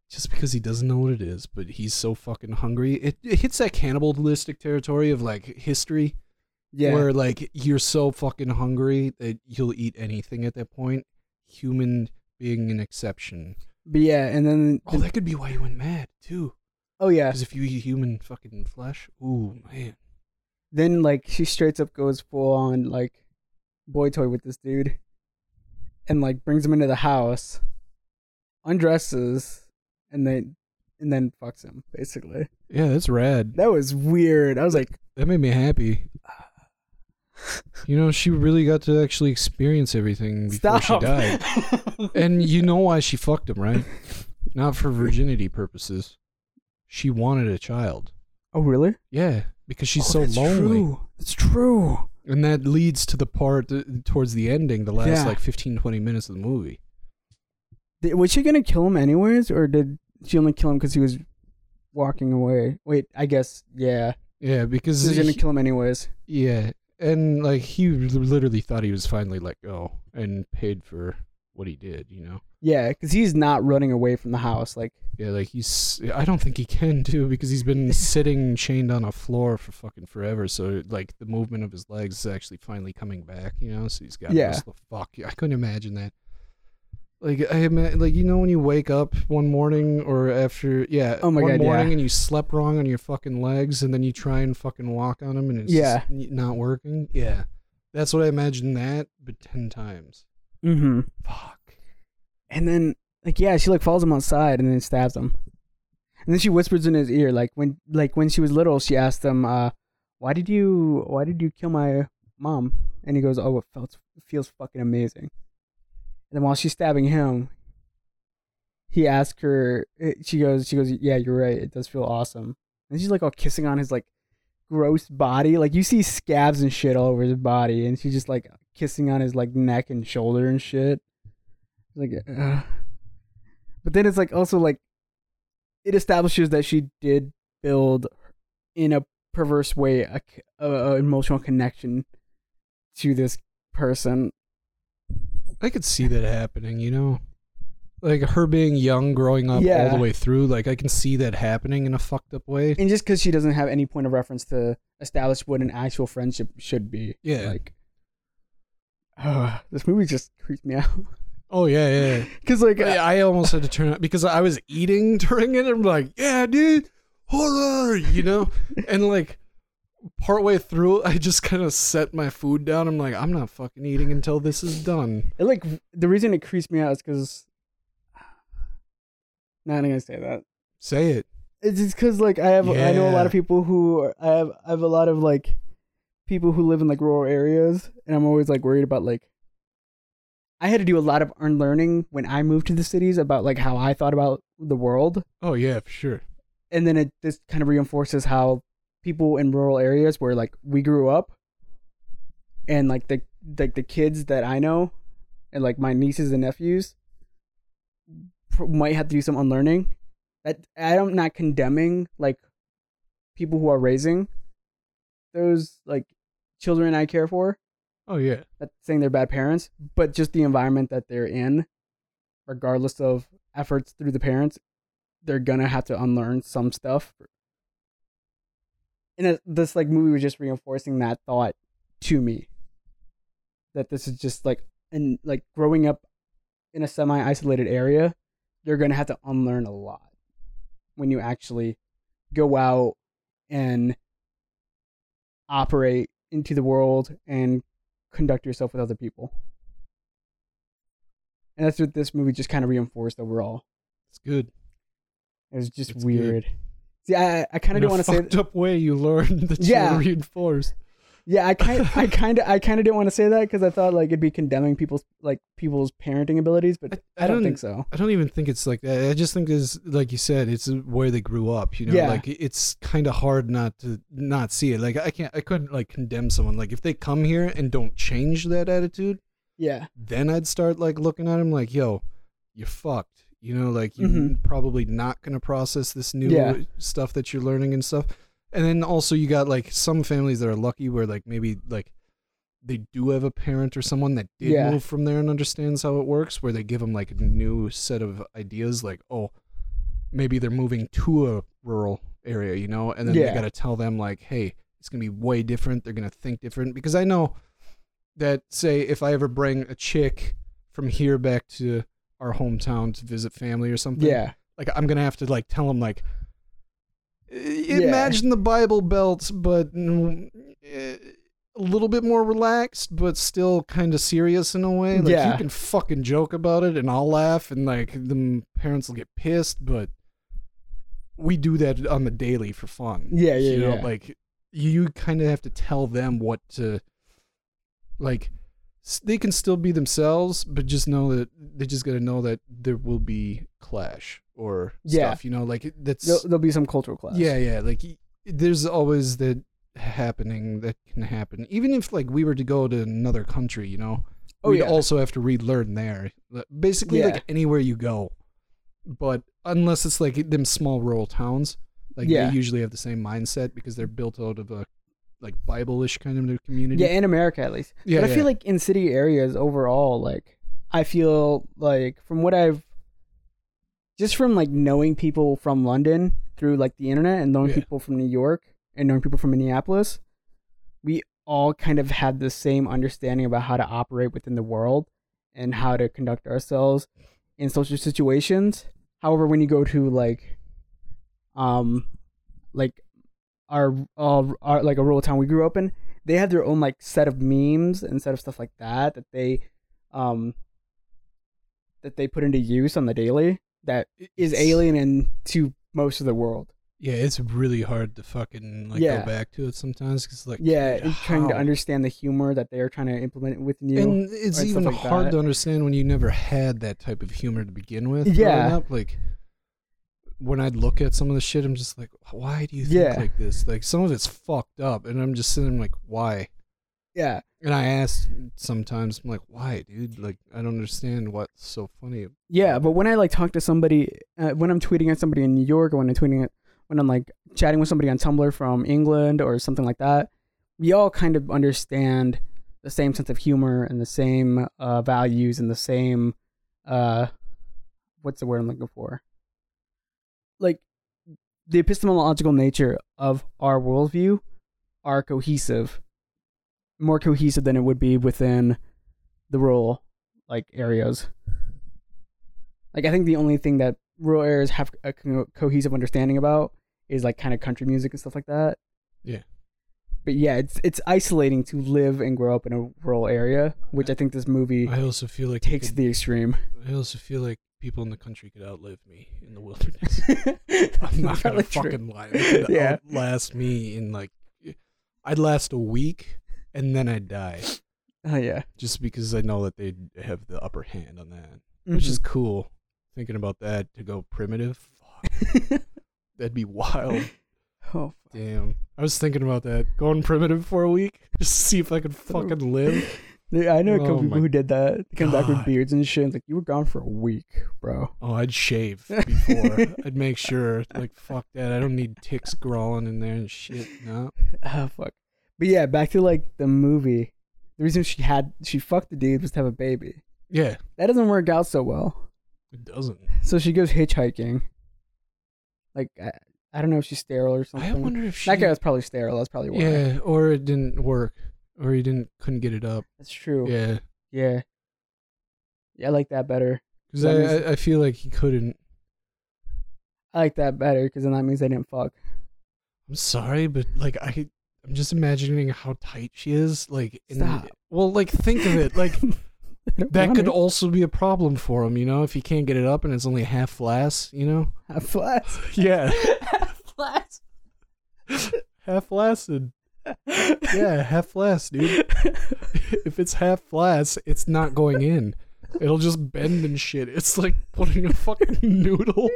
Speaker 3: just because he doesn't know what it is, but he's so fucking hungry. It, it hits that cannibalistic territory of like history,
Speaker 4: Yeah.
Speaker 3: where like you're so fucking hungry that you'll eat anything at that point. Human being an exception.
Speaker 4: But yeah, and then
Speaker 3: Oh, that could be why he went mad too.
Speaker 4: oh yeah,
Speaker 3: Because if you eat human fucking flesh, ooh man.
Speaker 4: then like she straight up goes full on like boy toy with this dude and like brings him into the house undresses and then and then fucks him basically
Speaker 3: Yeah, that's rad.
Speaker 4: that was weird i was like
Speaker 3: That made me happy. You know, she really got to actually experience everything before
Speaker 4: stop
Speaker 3: she died. And you know why she fucked him, right? Not for virginity purposes. She wanted a child.
Speaker 4: oh really
Speaker 3: Yeah, because she's
Speaker 4: Oh,
Speaker 3: so
Speaker 4: that's
Speaker 3: lonely.
Speaker 4: true. that's true
Speaker 3: And that leads to the part uh, towards the ending, the last
Speaker 4: Yeah.
Speaker 3: like 15 20 minutes of the movie.
Speaker 4: Did- was she gonna kill him anyways or did she only kill him because he was walking away wait i guess yeah
Speaker 3: Yeah, because
Speaker 4: she was gonna
Speaker 3: he-
Speaker 4: kill him anyways
Speaker 3: Yeah, and like he literally thought he was finally let go and paid for what he did, you know.
Speaker 4: yeah because he's not running away from the house like
Speaker 3: Yeah, like he's. I don't think he can too because he's been sitting chained on a floor for fucking forever. So like the movement of his legs is actually finally coming back, you know. So he's got
Speaker 4: Yeah.
Speaker 3: this. The fuck, I couldn't imagine that. Like I ima- like you know when you wake up one morning or after yeah
Speaker 4: Oh my
Speaker 3: one
Speaker 4: God, yeah.
Speaker 3: morning and you slept wrong on your fucking legs and then you try and fucking walk on them and it's
Speaker 4: Yeah.
Speaker 3: just n- not working yeah that's what I imagine that but ten times
Speaker 4: mm-hmm
Speaker 3: fuck
Speaker 4: And then, like, yeah, she like follows him outside and then stabs him. And then she whispers in his ear, like when, like when she was little, she asked him, uh, "Why did you, why did you kill my mom?" And he goes, "Oh, it felt, it feels fucking amazing." And then while she's stabbing him, he asks her. it- She goes, she goes, "Yeah, you're right. It does feel awesome." And she's like all kissing on his like gross body, like you see scabs and shit all over his body, and she's just like kissing on his like neck and shoulder and shit like uh, but then it's like also like it establishes that she did build in a perverse way a, c- a- a emotional connection to this person
Speaker 3: I could see that happening, you know? Like her being young growing up all
Speaker 4: Yeah.
Speaker 3: the way through, like I can see that happening in a fucked up way.
Speaker 4: and just because she doesn't have any point of reference to establish what an actual friendship should be
Speaker 3: Yeah.
Speaker 4: like uh, this movie just creeps me out
Speaker 3: Oh yeah, yeah. yeah.
Speaker 4: because like
Speaker 3: I,
Speaker 4: I-
Speaker 3: I almost had to turn it because I was eating during it. I'm like, yeah, dude, horror, you know? and like partway through, I just kind of set my food down. I'm like, I'm not fucking eating until this is done.
Speaker 4: it, uh, like the reason it creeps me out is because not gonna say that
Speaker 3: Say it.
Speaker 4: It's just because like I have I know a lot
Speaker 3: Yeah.
Speaker 4: of people who are, I have I have a lot of like people who live in like rural areas, and I'm always like worried about like I had to do a lot of unlearning when I moved to the cities about like how I thought about the world,
Speaker 3: Oh yeah, for sure.
Speaker 4: and then it just kind of reinforces how people in rural areas where like we grew up, and like the like the kids that I know, and like my nieces and nephews, pr- might have to do some unlearning. That I'm not condemning like people who are raising those like children I care for.
Speaker 3: Oh yeah.
Speaker 4: Not saying they're bad parents, but just the environment that they're in, regardless of efforts through the parents, they're gonna have to unlearn some stuff. And it, this like movie was just reinforcing that thought to me. That this is just like and like growing up in a semi isolated area, you're gonna have to unlearn a lot. when you actually go out and operate into the world and conduct yourself with other people. And that's what this movie just kind of reinforced overall.
Speaker 3: It's good.
Speaker 4: It was just
Speaker 3: It's good.
Speaker 4: weird. See, I I kind of
Speaker 3: In a
Speaker 4: didn't want to say.
Speaker 3: fucked up way you learned that you
Speaker 4: Yeah.
Speaker 3: were reinforced.
Speaker 4: Yeah, I kind I kind of I kind of didn't want to say that because I thought like it'd be condemning people's like people's parenting abilities, but I, don't, think so.
Speaker 3: I don't even think it's like that. I just think is like you said, it's where they grew up. You know,
Speaker 4: Yeah.
Speaker 3: like it's kind of hard not to not see it. Like I can't, I couldn't like condemn someone. Like if they come here and don't change that attitude,
Speaker 4: Yeah,
Speaker 3: then I'd start like looking at him like, yo, you're fucked. You know, like you're
Speaker 4: Mhm.
Speaker 3: probably not gonna process this new
Speaker 4: Yeah.
Speaker 3: stuff that you're learning and stuff. And then also you got like some families that are lucky where like maybe like they do have a parent or someone that did
Speaker 4: Yeah.
Speaker 3: move from there and understands how it works, where they give them like a new set of ideas, like oh, maybe they're moving to a rural area, you know, and then
Speaker 4: Yeah.
Speaker 3: they got to tell them like, hey, it's gonna be way different. They're gonna think different because I know that say if I ever bring a chick from here back to our hometown to visit family or something,
Speaker 4: yeah,
Speaker 3: like I'm gonna have to like tell them like, "I-
Speaker 4: Yeah.
Speaker 3: imagine the Bible Belt, but mm, eh, a little bit more relaxed, but still kind of serious in a way. Like you
Speaker 4: Yeah.
Speaker 3: can fucking joke about it, and I'll laugh, and like the parents will get pissed, but we do that on the daily for fun.
Speaker 4: Yeah, yeah,
Speaker 3: you know,
Speaker 4: yeah.
Speaker 3: Like you kind of have to tell them what to like. s- They can still be themselves, but just know that they just got to know that there will be clash or
Speaker 4: Yeah.
Speaker 3: stuff. You know, like it- that's
Speaker 4: there'll, there'll be some cultural clash.
Speaker 3: yeah, yeah. Like y- there's always that happening that can happen. Even if like we were to go to another country, you know,
Speaker 4: Oh,
Speaker 3: we'd
Speaker 4: yeah.
Speaker 3: also have to relearn there. Like, Basically,
Speaker 4: Yeah.
Speaker 3: like anywhere you go, but unless it's like them small rural towns, like
Speaker 4: Yeah.
Speaker 3: they usually have the same mindset because they're built out of a like Bible-ish kind of community.
Speaker 4: yeah, in America at least.
Speaker 3: Yeah,
Speaker 4: but I
Speaker 3: yeah.
Speaker 4: feel like in city areas overall, like I feel like from what I've just from like knowing people from London through like the internet and knowing
Speaker 3: Yeah.
Speaker 4: people from New York and knowing people from Minneapolis, we all kind of had the same understanding about how to operate within the world and how to conduct ourselves in social situations. However, when you go to like um like our, our, our like a rural town we grew up in they had their own like set of memes and set of stuff like that that they um that they put into use on the daily that is
Speaker 3: It's-
Speaker 4: alien and to most of the world
Speaker 3: Yeah, it's really hard to fucking like
Speaker 4: Yeah.
Speaker 3: go back to it sometimes because like
Speaker 4: yeah
Speaker 3: dude,
Speaker 4: and trying to
Speaker 3: how?
Speaker 4: understand the humor that they are trying to implement within you
Speaker 3: and it's
Speaker 4: or stuff
Speaker 3: even
Speaker 4: like
Speaker 3: hard
Speaker 4: that.
Speaker 3: to understand when you never had that type of humor to begin with. growing
Speaker 4: Yeah.
Speaker 3: up. like when I'd look at some of the shit, I'm just like, why do you think
Speaker 4: Yeah.
Speaker 3: like this? Like some of it's fucked up, and I'm just sitting there like, why?
Speaker 4: yeah
Speaker 3: And I ask sometimes, I'm like, why, dude? Like I don't understand what's so funny.
Speaker 4: yeah but when i like talk to somebody uh, when i'm tweeting at somebody in new york or when i'm tweeting at when i'm like chatting with somebody on tumblr from england or something like that we all kind of understand the same sense of humor and the same uh, values and the same uh, what's the word i'm looking for like the epistemological nature of our worldview are cohesive more cohesive than it would be within the rural like areas like i think the only thing that rural areas have a co- cohesive understanding about is like kind of country music and stuff like that
Speaker 3: Yeah.
Speaker 4: but yeah, it's it's isolating to live and grow up in a rural area, which I think this movie
Speaker 3: I also feel like
Speaker 4: takes the extreme.
Speaker 3: I also feel like people in the country could outlive me in the wilderness.
Speaker 4: That's
Speaker 3: I'm not gonna
Speaker 4: probably true.
Speaker 3: fucking lie. They could
Speaker 4: Yeah.
Speaker 3: outlast me in like, I'd last a week and then I'd die,
Speaker 4: Oh yeah,
Speaker 3: just because I know that they would have the upper hand on that, which is
Speaker 4: Mm-hmm.
Speaker 3: cool. Thinking about that to go primitive, fuck,
Speaker 4: Mhm.
Speaker 3: that'd be wild.
Speaker 4: oh
Speaker 3: Damn, I was thinking about that going primitive for a week, just to see if I could fucking live.
Speaker 4: dude, I know a couple
Speaker 3: Oh, my
Speaker 4: people who did that. They came back with
Speaker 3: God.
Speaker 4: beards and shit. It's like you were gone for a week, bro.
Speaker 3: Oh, I'd shave before. I'd make sure, like, fuck that. I don't need ticks growling in there and shit. No.
Speaker 4: Ah fuck. But yeah, back to like the movie. The reason she had she fucked the dude was to have a baby.
Speaker 3: Yeah,
Speaker 4: That doesn't work out so well.
Speaker 3: it doesn't.
Speaker 4: So she goes hitchhiking. Like I, I don't know if she's sterile or something.
Speaker 3: I wonder if she
Speaker 4: That guy was probably sterile. That's probably why.
Speaker 3: Yeah, or it didn't work, or you didn't couldn't get it up.
Speaker 4: that's true. Yeah.
Speaker 3: Yeah,
Speaker 4: yeah, I like that better.
Speaker 3: because
Speaker 4: That is-
Speaker 3: I, I I feel like he couldn't.
Speaker 4: I like that better because then that means they didn't fuck.
Speaker 3: I'm sorry, but like I, I'm just imagining how tight she is. Like, and,
Speaker 4: Stop.
Speaker 3: well, like think of it. Like
Speaker 4: They don't
Speaker 3: that
Speaker 4: want
Speaker 3: could
Speaker 4: it.
Speaker 3: also be a problem for him. You know, if he can't get it up and it's only half flask. You know.
Speaker 4: Half flask.
Speaker 3: Yeah,
Speaker 4: Half flask.
Speaker 3: half flaccid. Yeah, half flask, dude. if it's half flask, it's not going in. It'll just bend and shit. It's like putting a fucking noodle.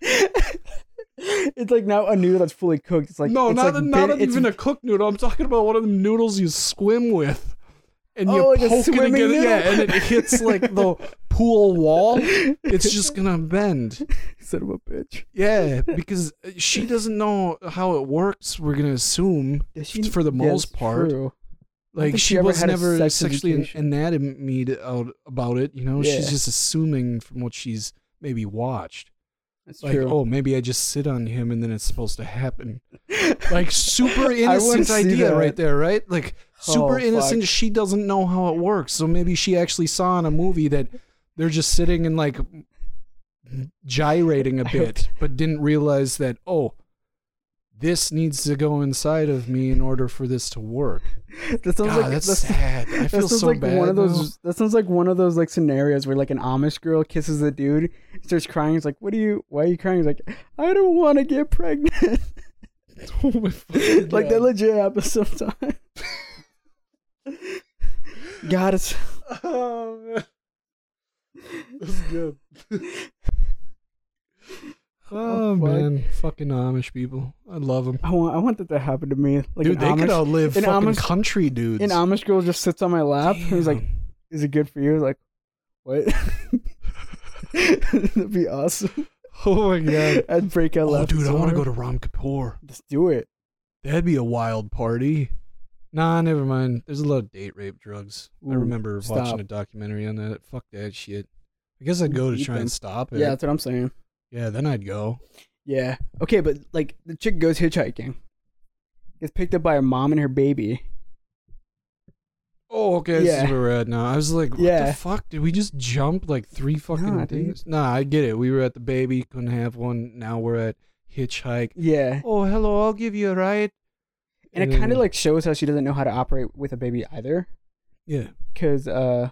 Speaker 4: it's like now a noodle that's fully cooked. It's like
Speaker 3: no,
Speaker 4: it's
Speaker 3: not
Speaker 4: like
Speaker 3: a, not
Speaker 4: bit- it's-
Speaker 3: even a cooked noodle. I'm talking about one of them noodles you swim with, and you
Speaker 4: Oh, like a
Speaker 3: poke it
Speaker 4: swimming
Speaker 3: against, yeah, and
Speaker 4: noodle?
Speaker 3: it hits like the pool wall. It's just gonna bend.
Speaker 4: son of a bitch.
Speaker 3: Yeah, because she doesn't know how it works. We're gonna assume
Speaker 4: Does she-
Speaker 3: for the
Speaker 4: yeah,
Speaker 3: most
Speaker 4: it's
Speaker 3: part,
Speaker 4: true.
Speaker 3: like
Speaker 4: think
Speaker 3: she,
Speaker 4: she ever
Speaker 3: was
Speaker 4: had a
Speaker 3: never
Speaker 4: sex
Speaker 3: sexually
Speaker 4: education.
Speaker 3: anatomied out about it. You know, she's
Speaker 4: Yeah.
Speaker 3: just assuming from what she's maybe watched.
Speaker 4: That's
Speaker 3: Like,
Speaker 4: true.
Speaker 3: oh, maybe I just sit on him and then it's supposed to happen. Like super innocent
Speaker 4: see
Speaker 3: idea
Speaker 4: that.
Speaker 3: right there, right? Like super
Speaker 4: Oh,
Speaker 3: innocent.
Speaker 4: fuck.
Speaker 3: She doesn't know how it works, so maybe she actually saw in a movie that they're just sitting and like gyrating a bit, but didn't realize that oh, this needs to go inside of me in order for this to work.
Speaker 4: That sounds
Speaker 3: God,
Speaker 4: like
Speaker 3: that's
Speaker 4: that's-
Speaker 3: sad. I
Speaker 4: That
Speaker 3: feel
Speaker 4: sounds
Speaker 3: so
Speaker 4: like
Speaker 3: bad.
Speaker 4: one of
Speaker 3: now.
Speaker 4: those. That sounds like one of those like scenarios where like an Amish girl kisses a dude, starts crying. He's like, "What are you? Why are you crying?" He's like, "I don't want to get pregnant."
Speaker 3: Oh my fucking
Speaker 4: like
Speaker 3: God.
Speaker 4: that legit happens sometimes. God, it's
Speaker 3: Oh, man. That's good. oh,
Speaker 4: Oh, fuck.
Speaker 3: man, fucking Amish people. I love them.
Speaker 4: I want I want that to happen to me. Like
Speaker 3: Dude,
Speaker 4: an
Speaker 3: they
Speaker 4: Amish,
Speaker 3: could outlive
Speaker 4: an
Speaker 3: fucking
Speaker 4: Amish-
Speaker 3: country dudes.
Speaker 4: an Amish girl just sits on my lap and is like,
Speaker 3: Damn.
Speaker 4: "Is it good for you?" Like, what? That'd be awesome.
Speaker 3: oh my god.
Speaker 4: I'd break out
Speaker 3: Oh,
Speaker 4: laughing.
Speaker 3: dude, I
Speaker 4: so
Speaker 3: want to go
Speaker 4: hard.
Speaker 3: to Ram Kapoor.
Speaker 4: Let's do it.
Speaker 3: That'd be a wild party. Nah, never mind. There's a lot of date rape drugs. I
Speaker 4: Ooh,
Speaker 3: remember watching
Speaker 4: stop.
Speaker 3: a documentary on that. Fuck that shit. I guess I'd go to
Speaker 4: Eat
Speaker 3: try
Speaker 4: them.
Speaker 3: and stop it.
Speaker 4: Yeah, that's what I'm saying.
Speaker 3: yeah, then I'd go.
Speaker 4: Yeah. Okay, but like the chick goes hitchhiking. Gets picked up by her mom and her baby.
Speaker 3: Oh, okay. This is
Speaker 4: Yeah.
Speaker 3: where we're at now. I was like, what
Speaker 4: Yeah.
Speaker 3: the fuck? Did we just jump like three fucking
Speaker 4: Nah, dude.
Speaker 3: things? Nah, I get it. We were at the baby, couldn't have one. Now we're at hitchhike.
Speaker 4: Yeah.
Speaker 3: Oh, hello, I'll give you a ride.
Speaker 4: And it
Speaker 3: then-
Speaker 4: kind of like shows how she doesn't know how to operate with a baby either.
Speaker 3: Yeah.
Speaker 4: Cause uh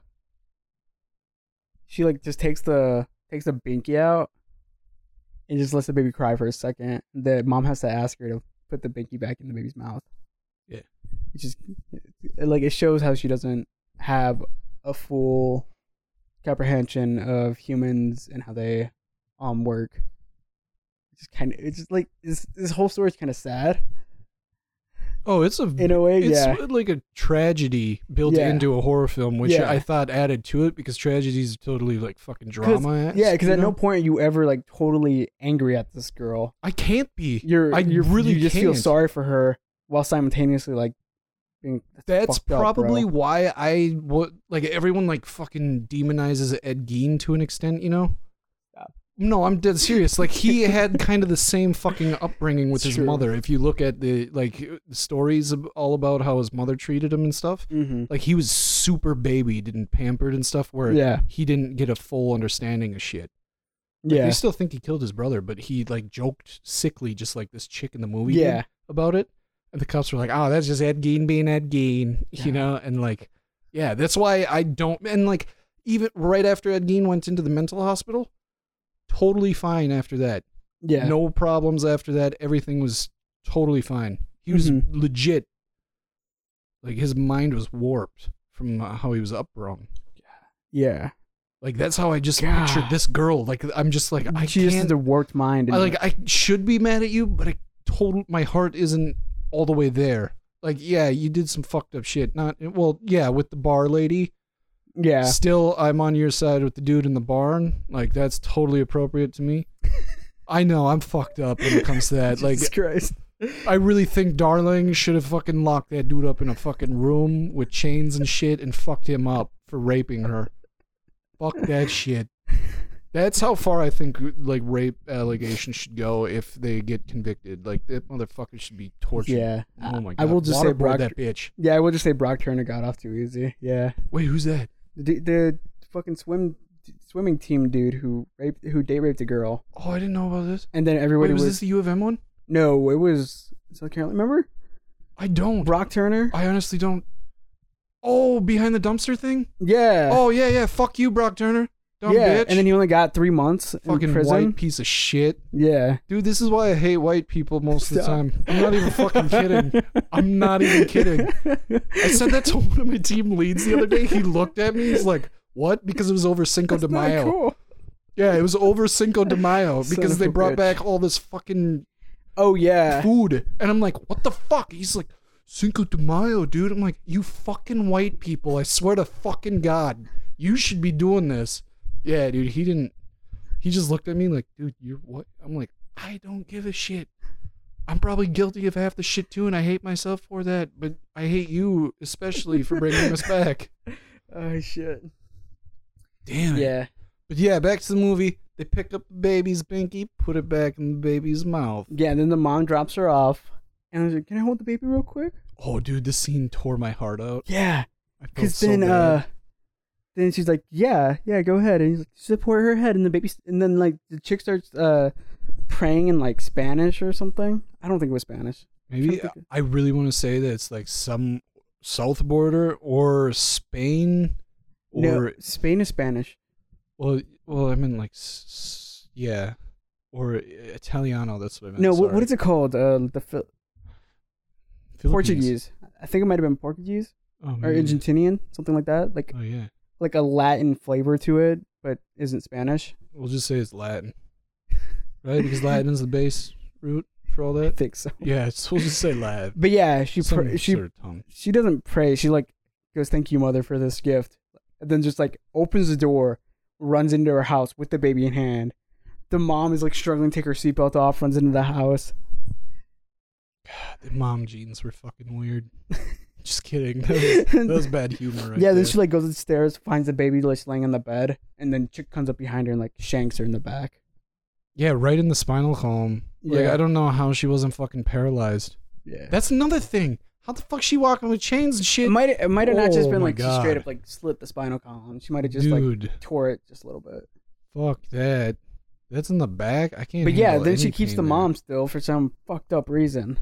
Speaker 4: she like just takes the takes the binky out and just lets the baby cry for a second. The mom has to ask her to put the binky back in the baby's mouth.
Speaker 3: Yeah.
Speaker 4: Which is like it shows how she doesn't have a full comprehension of humans and how they um work. It's just kind of it's just like this this whole story is kind of sad
Speaker 3: Oh, it's a
Speaker 4: in a way.
Speaker 3: it's
Speaker 4: yeah,
Speaker 3: like a tragedy built
Speaker 4: Yeah.
Speaker 3: into a horror film, which
Speaker 4: Yeah.
Speaker 3: I thought added to it because tragedies are totally like fucking drama.
Speaker 4: yeah, because
Speaker 3: I
Speaker 4: at no point are you ever like totally angry at this girl.
Speaker 3: I can't be.
Speaker 4: You're
Speaker 3: I
Speaker 4: you
Speaker 3: really
Speaker 4: you just feel
Speaker 3: can't.
Speaker 4: sorry for her while simultaneously like being
Speaker 3: That's
Speaker 4: fucked up, bro.
Speaker 3: probably why I what like everyone like fucking demonizes Ed Gein to an extent, you know.
Speaker 4: Stop.
Speaker 3: No, I'm dead serious. Like he had kind of the same fucking upbringing with his
Speaker 4: It's true.
Speaker 3: mother. If you look at the like the stories ab- all about how his mother treated him and stuff,
Speaker 4: Mhm.
Speaker 3: like he was super babied and pampered and stuff, where
Speaker 4: Yeah.
Speaker 3: he didn't get a full understanding of shit.
Speaker 4: yeah.
Speaker 3: They still think he killed his brother, but he like joked sickly, just like this chick in the movie. did
Speaker 4: Yeah.
Speaker 3: about it. And the cops were like, oh, that's just Ed Gein being Ed Gein,
Speaker 4: Yeah.
Speaker 3: you know? And like, yeah, that's why I don't. And like, even right after Ed Gein went into the mental hospital, totally fine after that.
Speaker 4: yeah.
Speaker 3: No problems after that. Everything was totally fine. He was
Speaker 4: Mhm.
Speaker 3: legit. Like, his mind was warped from uh, how he was upbrown.
Speaker 4: Yeah.
Speaker 3: Like, that's how I just
Speaker 4: God.
Speaker 3: pictured this girl. Like, I'm just like, I
Speaker 4: she
Speaker 3: can't.
Speaker 4: just has a warped mind.
Speaker 3: I
Speaker 4: and-
Speaker 3: like I should be mad at you, but I total my heart isn't all the way there. Like, yeah, you did some fucked up shit. Not well, yeah, with the bar lady.
Speaker 4: yeah.
Speaker 3: Still, I'm on your side with the dude in the barn. Like, that's totally appropriate to me. I know I'm fucked up when it comes to that. Like,
Speaker 4: Jesus Christ.
Speaker 3: I really think Darling should have fucking locked that dude up in a fucking room with chains and shit and fucked him up for raping her. Fuck that shit. That's how far I think like rape allegations should go if they get convicted. Like that motherfucker should be tortured.
Speaker 4: Yeah.
Speaker 3: Oh my god.
Speaker 4: I will just say
Speaker 3: Waterboard
Speaker 4: Brock.
Speaker 3: that bitch.
Speaker 4: Yeah, I will just say Brock Turner got off too easy. Yeah.
Speaker 3: Wait, who's that?
Speaker 4: The, the fucking swim swimming team dude who raped who date raped a girl,
Speaker 3: Oh, I didn't know about this.
Speaker 4: and then
Speaker 3: Wait,
Speaker 4: everybody
Speaker 3: was,
Speaker 4: was,
Speaker 3: this the U of M one?
Speaker 4: no, it was South Carolina. Remember
Speaker 3: I don't.
Speaker 4: Brock Turner?
Speaker 3: I honestly don't. Oh, behind the dumpster thing.
Speaker 4: yeah,
Speaker 3: Oh yeah, yeah. Fuck you, Brock Turner. Dumb
Speaker 4: Uh, yeah,
Speaker 3: bitch.
Speaker 4: and then he only got three months
Speaker 3: fucking
Speaker 4: in prison.
Speaker 3: white piece of shit,
Speaker 4: Yeah,
Speaker 3: dude. This is why I hate white people most of the
Speaker 4: Stop.
Speaker 3: time. I'm not even fucking kidding. I'm not even kidding. I said that to one of my team leads the other day. He looked at me. He's like, "What?" Because it was over Cinco de
Speaker 4: Not
Speaker 3: Mayo.
Speaker 4: cool.
Speaker 3: Yeah, it was over Cinco de Mayo
Speaker 4: Son
Speaker 3: because
Speaker 4: of
Speaker 3: they
Speaker 4: a
Speaker 3: brought
Speaker 4: bitch.
Speaker 3: back all this fucking
Speaker 4: Oh yeah,
Speaker 3: food. And I'm like, what the fuck? He's like, Cinco de Mayo, dude. I'm like, you fucking white people. I swear to fucking God, you should be doing this. Yeah, dude, he didn't. He just looked at me like, dude, you're what? I'm like, I don't give a shit. I'm probably guilty of half the shit too, and I hate myself for that, but I hate you especially for bringing us back.
Speaker 4: oh shit,
Speaker 3: Damn it.
Speaker 4: yeah,
Speaker 3: But yeah, back to the movie. They pick up the baby's binky, put it back in the baby's mouth.
Speaker 4: yeah. And then the mom drops her off, and I was like, "Can I hold the baby real quick?"
Speaker 3: Oh, dude, this scene tore my heart out.
Speaker 4: Yeah,
Speaker 3: I felt
Speaker 4: because
Speaker 3: so
Speaker 4: then
Speaker 3: bad.
Speaker 4: uh then she's like yeah yeah go ahead and he's like support her head and the baby and then like the chick starts uh praying in like spanish or something i don't think it was spanish
Speaker 3: maybe
Speaker 4: trying to think
Speaker 3: I really want to say that it's like some south border or Spain or
Speaker 4: no spain is spanish
Speaker 3: well, well, I mean like s- s- yeah, or Italiano. That's what I meant.
Speaker 4: no what,
Speaker 3: sorry.
Speaker 4: what is it called uh the Phil-
Speaker 3: Philippines.
Speaker 4: portuguese i think it might have been portuguese
Speaker 3: oh,
Speaker 4: or
Speaker 3: maybe.
Speaker 4: argentinian something like that like
Speaker 3: Oh yeah,
Speaker 4: like a latin flavor to it but isn't spanish
Speaker 3: we'll just say it's Latin, right? Because Latin is the base root for all
Speaker 4: i
Speaker 3: that.
Speaker 4: think so
Speaker 3: Yeah, so we'll just say Latin.
Speaker 4: but yeah she
Speaker 3: Some
Speaker 4: pr- she
Speaker 3: sort of tongue.
Speaker 4: she doesn't pray. She like goes, "Thank you, mother, for this gift," and then just like opens the door, runs into her house with the baby in hand. The mom is like struggling to take her seatbelt off, runs into the house.
Speaker 3: The mom jeans were fucking weird. Just kidding. That was, that was bad humor. Right
Speaker 4: yeah,
Speaker 3: there.
Speaker 4: then she like goes upstairs, finds the baby like laying on the bed, and then chick comes up behind her and like shanks her in the back.
Speaker 3: yeah, right in the spinal column. Like
Speaker 4: Yeah.
Speaker 3: I don't know how she wasn't fucking paralyzed.
Speaker 4: Yeah,
Speaker 3: That's another thing. How the fuck she walking with chains and shit,
Speaker 4: it might it might have not just
Speaker 3: Oh
Speaker 4: been
Speaker 3: my
Speaker 4: like she straight
Speaker 3: God.
Speaker 4: up like slit the spinal column. She might have just like
Speaker 3: dude?
Speaker 4: tore it just a little bit.
Speaker 3: fuck that. That's in the back. I can't.
Speaker 4: But yeah,
Speaker 3: handle
Speaker 4: then
Speaker 3: any
Speaker 4: she keeps
Speaker 3: pain
Speaker 4: the
Speaker 3: there.
Speaker 4: mom still for some fucked up reason.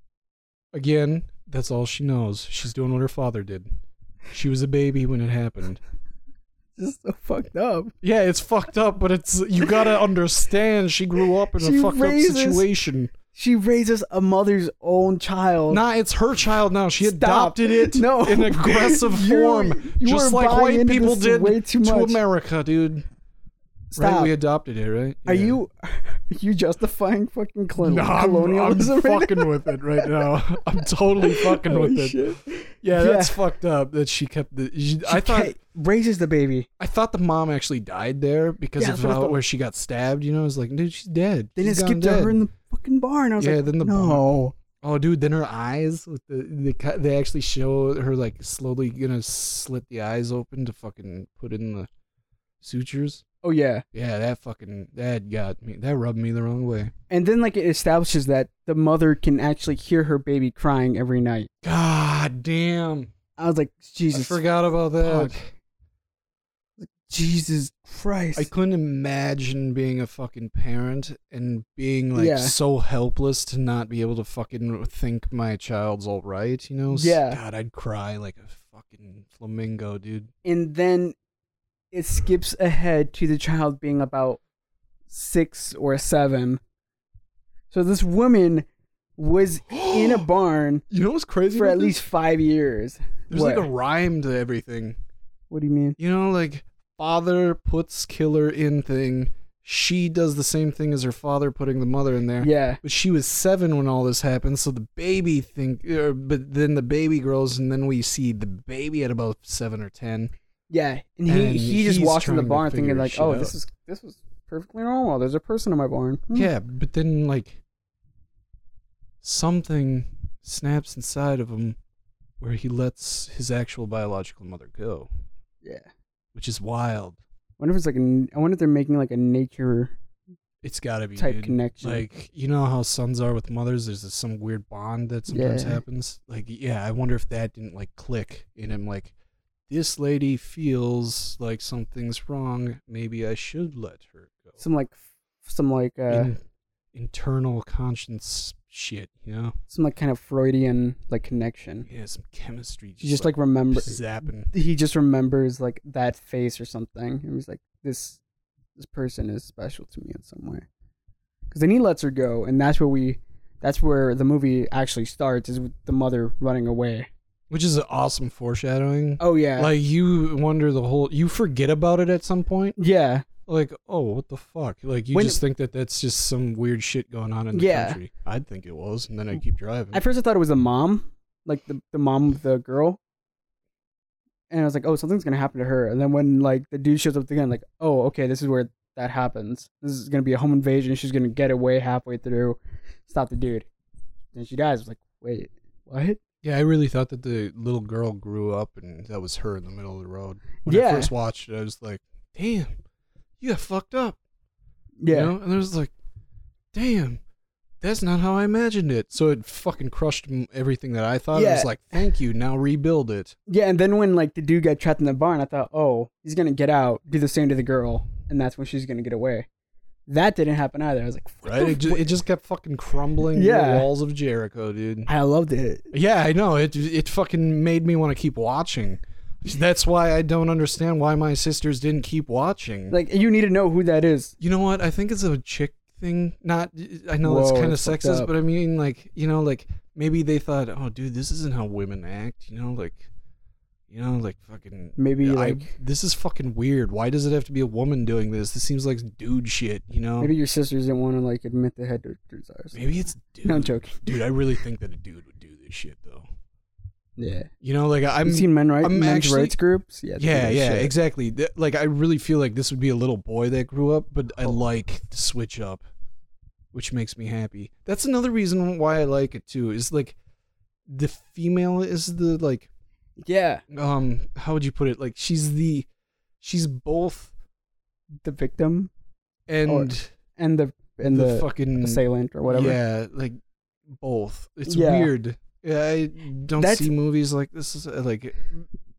Speaker 3: again. That's all she knows. She's doing what her father did. She was a baby when it happened.
Speaker 4: Just so fucked up.
Speaker 3: Yeah, it's fucked up, but it's you gotta understand. She grew up in
Speaker 4: She
Speaker 3: a fucked
Speaker 4: raises-
Speaker 3: up situation.
Speaker 4: She raises a mother's own child.
Speaker 3: Nah, it's her child now. She
Speaker 4: Stop.
Speaker 3: adopted it
Speaker 4: No.
Speaker 3: in aggressive
Speaker 4: You-
Speaker 3: form,
Speaker 4: you
Speaker 3: just
Speaker 4: are
Speaker 3: like
Speaker 4: buying
Speaker 3: white
Speaker 4: into
Speaker 3: people
Speaker 4: this
Speaker 3: did
Speaker 4: way too
Speaker 3: to
Speaker 4: much.
Speaker 3: America, dude.
Speaker 4: Stop.
Speaker 3: Right? We adopted it, right?
Speaker 4: are
Speaker 3: Yeah.
Speaker 4: you are you justifying fucking colon-
Speaker 3: No, I'm, I'm
Speaker 4: colonialism? right
Speaker 3: fucking with it right now. I'm totally
Speaker 4: now?
Speaker 3: fucking with
Speaker 4: Holy
Speaker 3: it.
Speaker 4: shit. She
Speaker 3: Yeah,
Speaker 4: Yeah.
Speaker 3: that's fucked up that she kept the. she- I thought
Speaker 4: ca- raises the baby.
Speaker 3: I thought the mom actually died there because
Speaker 4: Yeah,
Speaker 3: of
Speaker 4: that's what I
Speaker 3: how,
Speaker 4: thought.
Speaker 3: where she got stabbed. You know, it's like, dude, she's dead.
Speaker 4: Then it
Speaker 3: She's gone
Speaker 4: skipped to her
Speaker 3: dead.
Speaker 4: in the fucking barn. I was
Speaker 3: Yeah,
Speaker 4: like,
Speaker 3: then the
Speaker 4: no.
Speaker 3: Oh, dude, then her eyes with the, the cu- they actually show her like slowly gonna slit the eyes open to fucking put in the sutures.
Speaker 4: Oh yeah.
Speaker 3: Yeah, that fucking that got me. That rubbed me the wrong way.
Speaker 4: And then like it establishes that the mother can actually hear her baby crying every night.
Speaker 3: God damn!
Speaker 4: I was like, Jesus,
Speaker 3: I forgot about that.
Speaker 4: fuck. Jesus Christ.
Speaker 3: I couldn't imagine being a fucking parent and being like
Speaker 4: Yeah.
Speaker 3: so helpless to not be able to fucking think my child's all right. You know? S-
Speaker 4: Yeah.
Speaker 3: God, I'd cry like a fucking flamingo, dude.
Speaker 4: and then it skips ahead to the child being about six or seven. So this woman was in a barn
Speaker 3: You know what's crazy?
Speaker 4: for
Speaker 3: about
Speaker 4: at
Speaker 3: this?
Speaker 4: least five years.
Speaker 3: There's
Speaker 4: what?
Speaker 3: like a rhyme to everything.
Speaker 4: what do you mean?
Speaker 3: You know, like father puts killer in thing. She does the same thing as her father putting the mother in there.
Speaker 4: Yeah,
Speaker 3: But she was seven when all this happened, so the baby thing. Or, but then the baby grows, and then we see the baby at about seven or ten.
Speaker 4: yeah. And he
Speaker 3: And
Speaker 4: he just
Speaker 3: he's
Speaker 4: walks in the
Speaker 3: trying to
Speaker 4: barn thinking
Speaker 3: figure
Speaker 4: like,
Speaker 3: shit
Speaker 4: oh,
Speaker 3: out.
Speaker 4: this is this was perfectly normal. There's a person in my barn. Hmm.
Speaker 3: Yeah, but then like something snaps inside of him, where he lets his actual biological mother go,
Speaker 4: yeah.
Speaker 3: which is wild.
Speaker 4: wonder if it's like an, I wonder if they're making like a nature.
Speaker 3: It's got to be
Speaker 4: Type
Speaker 3: dude.
Speaker 4: connection.
Speaker 3: Like you know how sons are with mothers. There's this, some weird bond that sometimes
Speaker 4: Yeah.
Speaker 3: happens. Like yeah, I wonder if that didn't like click in him. Like this lady feels like something's wrong. Maybe I should let her go.
Speaker 4: Some like, some like, uh,
Speaker 3: In- internal conscience shit, you know?
Speaker 4: some like kind of Freudian like connection.
Speaker 3: Yeah, some chemistry.
Speaker 4: She just like remembers.
Speaker 3: zapping.
Speaker 4: He just remembers like that face or something, and he's like, "This, this person is special to me in some way." Because then he lets her go, and that's where we, that's where the movie actually starts is with the mother running away.
Speaker 3: Which is an awesome foreshadowing.
Speaker 4: Oh yeah,
Speaker 3: Like you wonder the whole, you forget about it at some point.
Speaker 4: yeah.
Speaker 3: Like, oh, what the fuck? Like you
Speaker 4: When-
Speaker 3: just think that that's just some weird shit going on in the
Speaker 4: Yeah.
Speaker 3: country. I'd think it was, and then I keep driving.
Speaker 4: At first, I thought it was the mom, like the the mom of the girl. And I was like, "Oh, something's gonna happen to her." And then when like the dude shows up again, like, "Oh, okay, this is where that happens. This is gonna be a home invasion. She's gonna get away halfway through, stop the dude." Then she dies. I was like, "Wait, what?"
Speaker 3: yeah, I really thought that the little girl grew up, and that was her in the middle of the road. When I
Speaker 4: Yeah.
Speaker 3: first watched it, I was like, damn, you got fucked up.
Speaker 4: Yeah,
Speaker 3: You know? And I was like, damn, that's not how I imagined it. So it fucking crushed m- everything that I thought. I
Speaker 4: Yeah.
Speaker 3: was like, thank you. Now rebuild it.
Speaker 4: yeah. And then when like the dude got trapped in the barn, I thought, "Oh, he's gonna get out, do the same to the girl, and that's when she's gonna get away." That didn't happen either. I was like, what
Speaker 3: Right?
Speaker 4: the
Speaker 3: It just,
Speaker 4: fu-
Speaker 3: it just kept fucking crumbling yeah.
Speaker 4: Yeah.
Speaker 3: the walls of Jericho, dude.
Speaker 4: I loved it.
Speaker 3: Yeah, I know. It it fucking made me want to keep watching. That's why I don't understand why my sisters didn't keep watching.
Speaker 4: Like you need to know who that is.
Speaker 3: You know what? I think it's a chick thing. Not, I know that's
Speaker 4: Whoa,
Speaker 3: kind of
Speaker 4: that's fucked
Speaker 3: sexist,
Speaker 4: up.
Speaker 3: but I mean, like, you know, like maybe they thought, oh, dude, this isn't how women act. You know, like, you know, like fucking.
Speaker 4: Maybe,
Speaker 3: I-
Speaker 4: like-
Speaker 3: this is fucking weird. Why does it have to be a woman doing this? This seems like dude shit. You know,
Speaker 4: Maybe your sisters didn't want to like admit they had their their desires.
Speaker 3: maybe it's dude.
Speaker 4: No, I'm joking.
Speaker 3: dude. I really think that a dude would do this shit though.
Speaker 4: Yeah,
Speaker 3: You know, like I'm.
Speaker 4: I've seen men right
Speaker 3: I'm
Speaker 4: men's
Speaker 3: actually-
Speaker 4: rights groups. Yeah, they do
Speaker 3: yeah,
Speaker 4: that
Speaker 3: yeah,
Speaker 4: shit.
Speaker 3: exactly. Th- Like I really feel like this would be a little boy that grew up, but
Speaker 4: Oh.
Speaker 3: I like the switch up, which makes me happy. That's another reason why I like it too. Is like the female is the like
Speaker 4: yeah.
Speaker 3: um how would you put it? Like she's the she's both
Speaker 4: The victim
Speaker 3: and
Speaker 4: Or- and the and
Speaker 3: the,
Speaker 4: the,
Speaker 3: fucking
Speaker 4: assailant or whatever.
Speaker 3: Yeah, like both. It's
Speaker 4: Yeah.
Speaker 3: weird. Yeah, I don't
Speaker 4: That's-
Speaker 3: see movies like this is uh, like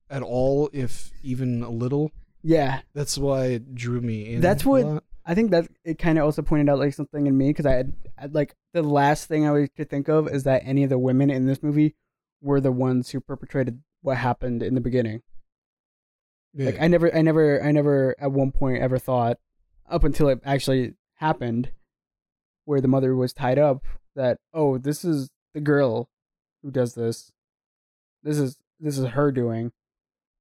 Speaker 3: at all, if even a little.
Speaker 4: Yeah.
Speaker 3: That's why it drew me in.
Speaker 4: That's
Speaker 3: a
Speaker 4: what-
Speaker 3: lot.
Speaker 4: I think that it kind of also pointed out like something in me because I had I, like the last thing I was could think of is that any of the women in this movie were the ones who perpetrated what happened in the beginning.
Speaker 3: Yeah.
Speaker 4: Like I never, I never, I never at one point ever thought, up until it actually happened, where the mother was tied up, that oh, this is the girl who does this. This is this is her doing.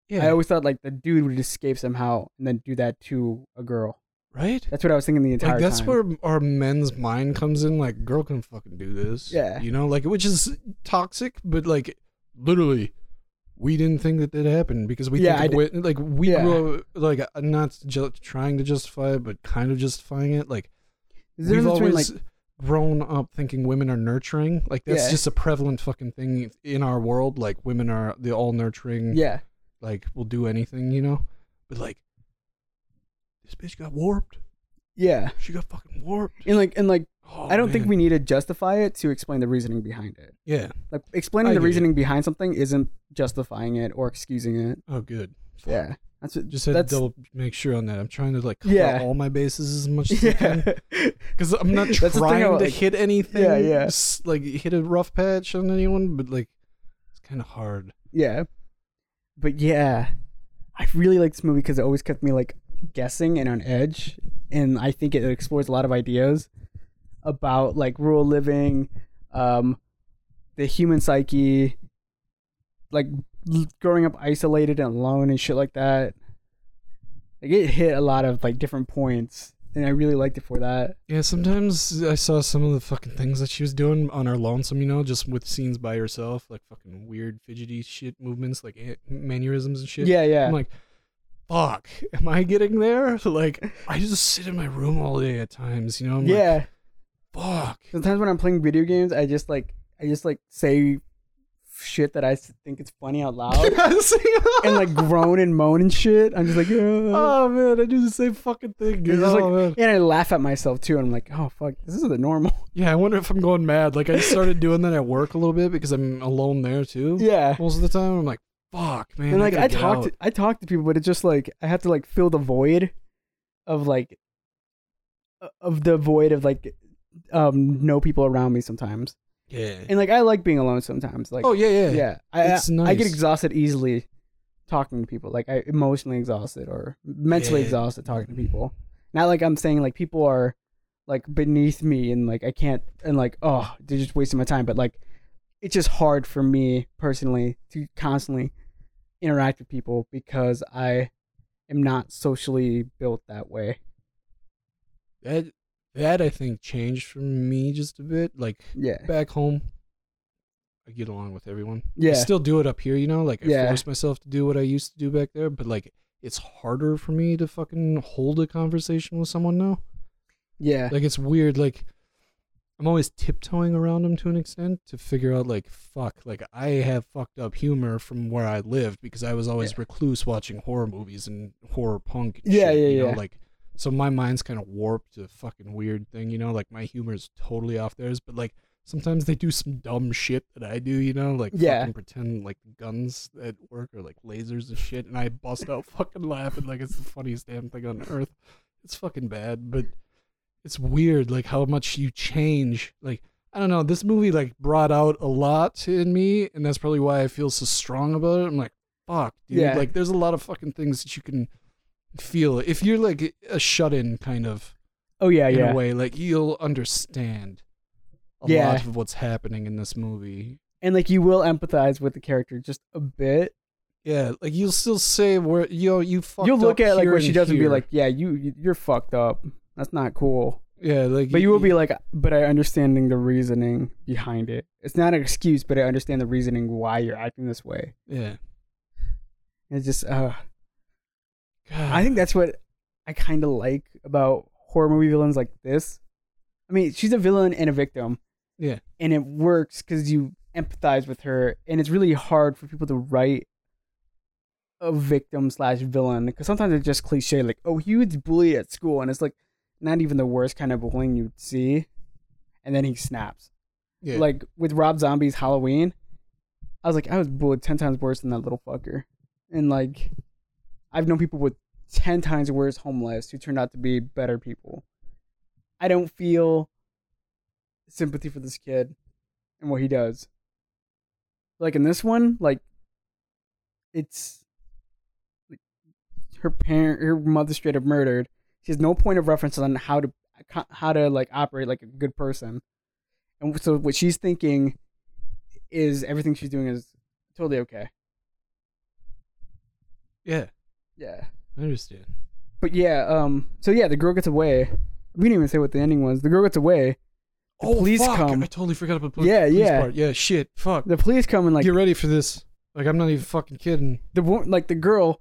Speaker 3: Yeah.
Speaker 4: I always thought like the dude would escape somehow and then do that to a girl.
Speaker 3: right?
Speaker 4: That's what I was thinking the entire
Speaker 3: Like that's
Speaker 4: time.
Speaker 3: where our men's mind comes in. Like, girl can fucking do this.
Speaker 4: Yeah.
Speaker 3: You know, like which is toxic, but like literally, we didn't think that that happened because we
Speaker 4: Yeah,
Speaker 3: think
Speaker 4: I
Speaker 3: it went- like we
Speaker 4: Yeah.
Speaker 3: grew up like uh, not ju- trying to justify it, but kind of justifying it. Like
Speaker 4: There's a
Speaker 3: we've
Speaker 4: difference between,
Speaker 3: always grown up thinking women are nurturing. Like that's
Speaker 4: Yeah.
Speaker 3: just a prevalent fucking thing in our world. Like women are the all nurturing.
Speaker 4: like, yeah,
Speaker 3: Like will do anything. You know, but like this bitch got warped.
Speaker 4: yeah,
Speaker 3: She got fucking warped.
Speaker 4: and like and like
Speaker 3: Oh,
Speaker 4: I don't think
Speaker 3: man.
Speaker 4: we need to justify it to explain the reasoning behind it.
Speaker 3: Yeah.
Speaker 4: Like
Speaker 3: I
Speaker 4: explaining the
Speaker 3: get it.
Speaker 4: reasoning behind something isn't justifying it or excusing it.
Speaker 3: Oh, good. Fuck.
Speaker 4: Yeah, that's what,
Speaker 3: Just had
Speaker 4: that's,
Speaker 3: to double make sure on that. I'm trying to like cover
Speaker 4: Yeah.
Speaker 3: all my bases as much as I
Speaker 4: Yeah.
Speaker 3: can because I'm not
Speaker 4: That's the thing
Speaker 3: trying to
Speaker 4: about, like-
Speaker 3: hit anything.
Speaker 4: Yeah, yeah.
Speaker 3: s- Like hit a rough patch on anyone, but like it's kind of hard.
Speaker 4: yeah. But yeah, I really like this movie because it always kept me like guessing and on edge, and I think it explores a lot of ideas about like rural living, um, the human psyche, like l- growing up isolated and alone and shit like that. Like it hit a lot of like different points, and I really liked it for that.
Speaker 3: Yeah, sometimes I saw some of the fucking things that she was doing on her lonesome, you know, just with scenes by herself, like fucking weird fidgety shit movements, like eh, mannerisms and shit.
Speaker 4: Yeah, yeah.
Speaker 3: I'm like, fuck, am I getting there? Like, I just sit in my room all day at times, you know? I'm like,
Speaker 4: yeah.
Speaker 3: fuck.
Speaker 4: sometimes when I'm playing video games, I just like I just like say shit that I s- think is funny out loud and like groan and moan and shit. I'm just like, "Ugh."
Speaker 3: oh man, I do the same fucking thing.
Speaker 4: It's
Speaker 3: Dude.
Speaker 4: just
Speaker 3: Oh,
Speaker 4: like-
Speaker 3: man.
Speaker 4: and I laugh at myself too. And I'm like, oh fuck, this is the normal.
Speaker 3: Yeah, I wonder if I'm going mad. Like I started doing that at work a little bit because I'm alone there too.
Speaker 4: yeah,
Speaker 3: Most of the time, I'm like, fuck, man.
Speaker 4: and like
Speaker 3: gotta
Speaker 4: I,
Speaker 3: get
Speaker 4: talk
Speaker 3: out.
Speaker 4: to I talk to people, but it's just like I have to like fill the void of like o- of the void of like um no people around me sometimes.
Speaker 3: yeah.
Speaker 4: And like I like being alone sometimes. Like
Speaker 3: oh yeah, yeah,
Speaker 4: yeah, I
Speaker 3: It's
Speaker 4: I, I get
Speaker 3: nice.
Speaker 4: exhausted easily talking to people. Like I emotionally exhausted or mentally
Speaker 3: Yeah.
Speaker 4: exhausted talking to people. Not like I'm saying like people are like beneath me and like I can't and like oh they're just wasting my time. But like it's just hard for me personally to constantly interact with people because I am not socially built that way.
Speaker 3: That that I think changed for me just a bit. Like
Speaker 4: Yeah.
Speaker 3: back home, I get along with everyone. I
Speaker 4: Yeah.
Speaker 3: still do it up here, you know. Like I
Speaker 4: Yeah.
Speaker 3: force myself to do what I used to do back there, but like it's harder for me to fucking hold a conversation with someone now.
Speaker 4: Yeah.
Speaker 3: Like it's weird. Like I'm always tiptoeing around them to an extent to figure out like fuck. Like I have fucked up humor from where I lived because I was always
Speaker 4: Yeah.
Speaker 3: recluse watching horror movies and horror punk. And
Speaker 4: Yeah,
Speaker 3: shit,
Speaker 4: yeah,
Speaker 3: you
Speaker 4: yeah.
Speaker 3: Know? Like so, my mind's kind of warped to a fucking weird thing. You know, like my humor is totally off theirs, but like. Sometimes they do some dumb shit that I do, you know, like
Speaker 4: Yeah.
Speaker 3: fucking pretend like guns at work or like lasers and shit, and I bust out fucking laughing like it's the funniest damn thing on earth. It's fucking bad, but it's weird like how much you change like i don't know this movie like brought out a lot in me and that's probably why i feel so strong about it i'm like fuck dude
Speaker 4: Yeah.
Speaker 3: like there's a lot of fucking things that you can feel if you're like a shut-in kind of
Speaker 4: Oh yeah.
Speaker 3: in
Speaker 4: Yeah.
Speaker 3: a way like you'll understand a
Speaker 4: Yeah.
Speaker 3: lot of what's happening in this movie
Speaker 4: And like you will empathize with the character just a bit.
Speaker 3: yeah like you'll still say where you know you fucked
Speaker 4: You'll look
Speaker 3: up
Speaker 4: at like
Speaker 3: here
Speaker 4: what she
Speaker 3: and
Speaker 4: does and be
Speaker 3: here.
Speaker 4: like, "Yeah, you you're fucked up. That's not cool."
Speaker 3: yeah like
Speaker 4: But you will be like, "But I understanding the reasoning behind it. It's not an excuse, but I understand the reasoning why you're acting this way."
Speaker 3: yeah
Speaker 4: It's just, uh,
Speaker 3: God.
Speaker 4: I think that's what I kind of like about horror movie villains like this. I mean, she's a villain and a victim,
Speaker 3: yeah
Speaker 4: and it works because you empathize with her, and it's really hard for people to write a victim slash villain because sometimes it's just cliche, like "oh, he was bullied at school," and it's like not even the worst kind of bullying you'd see, and then he snaps.
Speaker 3: yeah
Speaker 4: Like with Rob Zombie's Halloween, I was like, I was bullied ten times worse than that little fucker, and like I've known people with ten times worse home lives who turned out to be better people. I don't feel sympathy for this kid and what he does. Like in this one, like it's like her parent, her mother straight up murdered. She has no point of reference on how to how to like operate like a good person, and so what she's thinking is everything she's doing is totally okay.
Speaker 3: yeah
Speaker 4: Yeah.
Speaker 3: i understand
Speaker 4: But yeah, um, so yeah, the girl gets away. We didn't even say what the ending was. The girl gets away. The police
Speaker 3: Oh, fuck.
Speaker 4: come.
Speaker 3: I totally forgot about the
Speaker 4: Yeah,
Speaker 3: police
Speaker 4: yeah.
Speaker 3: part. Yeah, shit. Fuck.
Speaker 4: The police come and like
Speaker 3: Get ready for this. Like, I'm not even fucking kidding.
Speaker 4: the wo- like the girl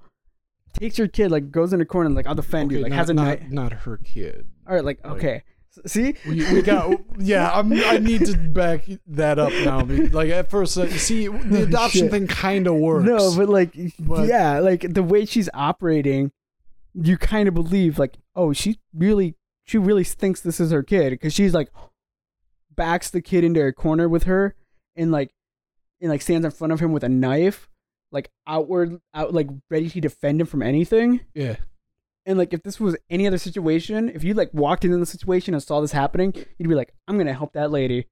Speaker 4: takes her kid, like goes in a corner, and like I'll defend you,
Speaker 3: Okay,
Speaker 4: like
Speaker 3: not,
Speaker 4: has a
Speaker 3: not,
Speaker 4: knife.
Speaker 3: not her kid.
Speaker 4: All right, like
Speaker 3: like-
Speaker 4: okay, S- see,
Speaker 3: We, we got. yeah, I'm, I need to back that up now. be- Like at first, like, see, the adoption
Speaker 4: Shit.
Speaker 3: thing kind of works.
Speaker 4: no, but like
Speaker 3: But-
Speaker 4: yeah, like the way she's operating, you kind of believe like oh she really she really thinks this is her kid because she's like backs the kid into a corner with her and like and like stands in front of him with a knife like outward out like ready to defend him from anything
Speaker 3: yeah,
Speaker 4: and like if this was any other situation if you like walked into the situation and saw this happening you'd be like i'm gonna help that lady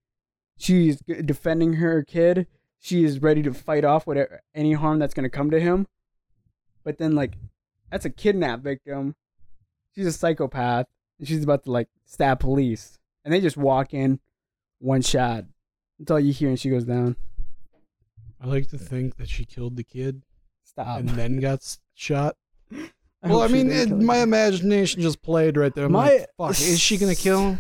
Speaker 4: she's g- defending her kid she is ready to fight off whatever any harm that's gonna come to him but then like that's a kidnap victim she's a psychopath and she's about to like stab police and they just walk in one shot that's all you hear and she goes down
Speaker 3: I like to think that she killed the kid
Speaker 4: stop
Speaker 3: and then got s- shot.
Speaker 4: I
Speaker 3: well, I
Speaker 4: hope she
Speaker 3: mean,
Speaker 4: didn't
Speaker 3: it,
Speaker 4: kill her.
Speaker 3: my imagination just played right there. I'm
Speaker 4: My-
Speaker 3: like, fuck, is she gonna kill him?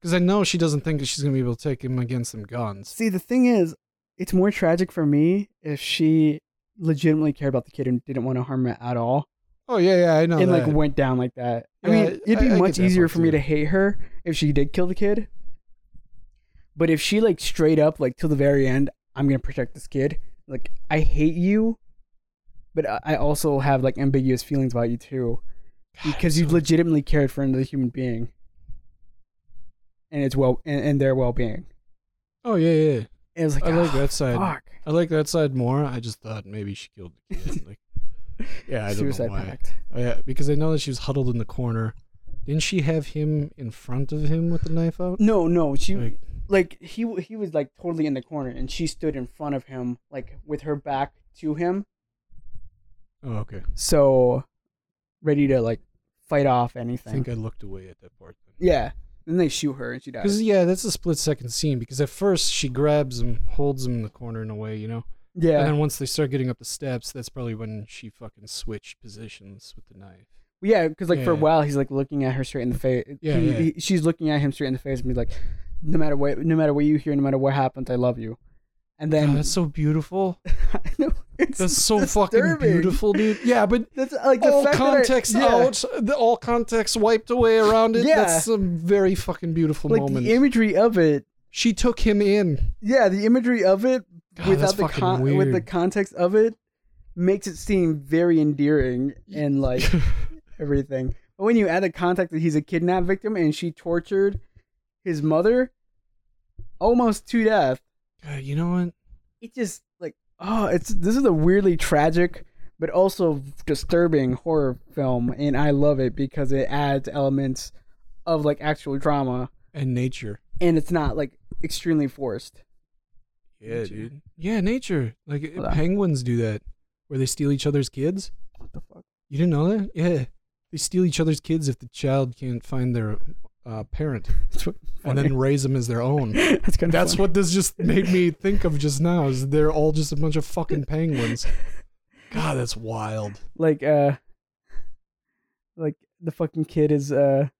Speaker 3: Because I know she doesn't think that she's gonna be able to take him against some guns.
Speaker 4: See, the thing is, it's more tragic for me if she legitimately cared about the kid and didn't want to harm it at all,
Speaker 3: Oh yeah, yeah, I know.
Speaker 4: and
Speaker 3: that.
Speaker 4: like went down like that. I
Speaker 3: Yeah,
Speaker 4: mean, it'd be
Speaker 3: I- I get
Speaker 4: much
Speaker 3: that
Speaker 4: easier
Speaker 3: part
Speaker 4: for me
Speaker 3: too.
Speaker 4: to hate her if she did kill the kid. But if she like straight up like till the very end, I'm gonna protect this kid. Like I hate you, but I- I also have like ambiguous feelings about you too, because you legitimately cared for another human being, and it's well and, and their well being.
Speaker 3: Oh yeah, yeah.
Speaker 4: it was like,
Speaker 3: I like
Speaker 4: "Ah,
Speaker 3: that side.
Speaker 4: Fuck.
Speaker 3: I like that side more. I just thought maybe she killed the kid. Like, yeah, I don't
Speaker 4: Suicide
Speaker 3: know why.
Speaker 4: pact.
Speaker 3: Oh, yeah, because I know that she was huddled in the corner. Didn't she have him in front of him with the knife out?
Speaker 4: No, no, she
Speaker 3: Like-
Speaker 4: like, he w- he was like totally in the corner, and she stood in front of him, like with her back to him,
Speaker 3: Oh, okay.
Speaker 4: so ready to like fight off
Speaker 3: I
Speaker 4: anything.
Speaker 3: think I looked away at that part. Then.
Speaker 4: yeah, then they shoot her and she dies.
Speaker 3: Because yeah, that's a split second scene. Because at first she grabs him, holds him in the corner in a way, you know.
Speaker 4: Yeah,
Speaker 3: And then once they start getting up the steps, that's probably when she fucking switched positions with the knife.
Speaker 4: Yeah, because like for a
Speaker 3: Yeah.
Speaker 4: while he's like looking at her straight in the face.
Speaker 3: Yeah,
Speaker 4: he,
Speaker 3: yeah.
Speaker 4: He, she's looking at him straight in the face and be like, "No matter what, no matter what you hear, no matter what happens, I love you." And then
Speaker 3: God, that's so beautiful.
Speaker 4: I know, it's
Speaker 3: That's so fucking
Speaker 4: disturbing.
Speaker 3: beautiful, dude. Yeah, but
Speaker 4: That's like the
Speaker 3: all
Speaker 4: fact that I-
Speaker 3: context
Speaker 4: yeah,
Speaker 3: out, the, all context wiped away around it.
Speaker 4: Yeah.
Speaker 3: That's a very fucking beautiful
Speaker 4: Like
Speaker 3: moment.
Speaker 4: the imagery of it.
Speaker 3: she took him in.
Speaker 4: Yeah, the imagery of it
Speaker 3: God, that's
Speaker 4: without the
Speaker 3: fucking
Speaker 4: con- with the
Speaker 3: weird.
Speaker 4: context of it makes it seem very endearing and like everything. But when you add the context that he's a kidnap victim and she tortured his mother almost to death.
Speaker 3: God, you know what?
Speaker 4: it just like oh it's this is a weirdly tragic but also disturbing horror film and i love it because it adds elements of like actual drama
Speaker 3: And nature.
Speaker 4: and it's not like extremely forced
Speaker 3: Yeah, dude. Yeah, nature. Like
Speaker 4: Hold on.
Speaker 3: penguins do that, where they steal each other's kids.
Speaker 4: what the fuck
Speaker 3: You didn't know that? Yeah, they steal each other's kids if the child can't find their uh, parent,
Speaker 4: that's, what,
Speaker 3: and then raise them as their own.
Speaker 4: that's kind of
Speaker 3: That's what this just made me think of just now. Is they're all just a bunch of fucking penguins. God, that's wild.
Speaker 4: like uh like the fucking kid is uh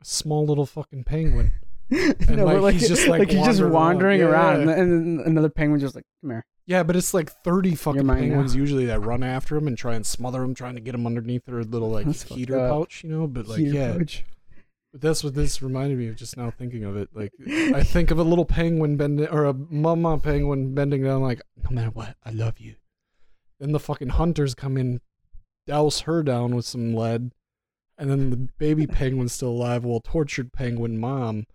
Speaker 3: A small little fucking penguin.
Speaker 4: no, but,
Speaker 3: like,
Speaker 4: like
Speaker 3: he's just, like,
Speaker 4: he's just
Speaker 3: wandering
Speaker 4: wandering around,
Speaker 3: around. Yeah.
Speaker 4: and, then, and then another penguin's just like come here
Speaker 3: Yeah, but it's like thirty fucking
Speaker 4: mine now.
Speaker 3: penguins usually that run after him and try and smother him, trying to get him underneath their little like
Speaker 4: That's fucked
Speaker 3: heater
Speaker 4: up.
Speaker 3: pouch, you know. But like,
Speaker 4: Peter
Speaker 3: yeah,
Speaker 4: Poach."
Speaker 3: But that's what this reminded me of just now thinking of it. Like I think of a little penguin bending or a mama penguin bending down like, no matter what, I love you. Then the fucking hunters come in, douse her down with some lead, and then the baby penguin's still alive while tortured penguin mom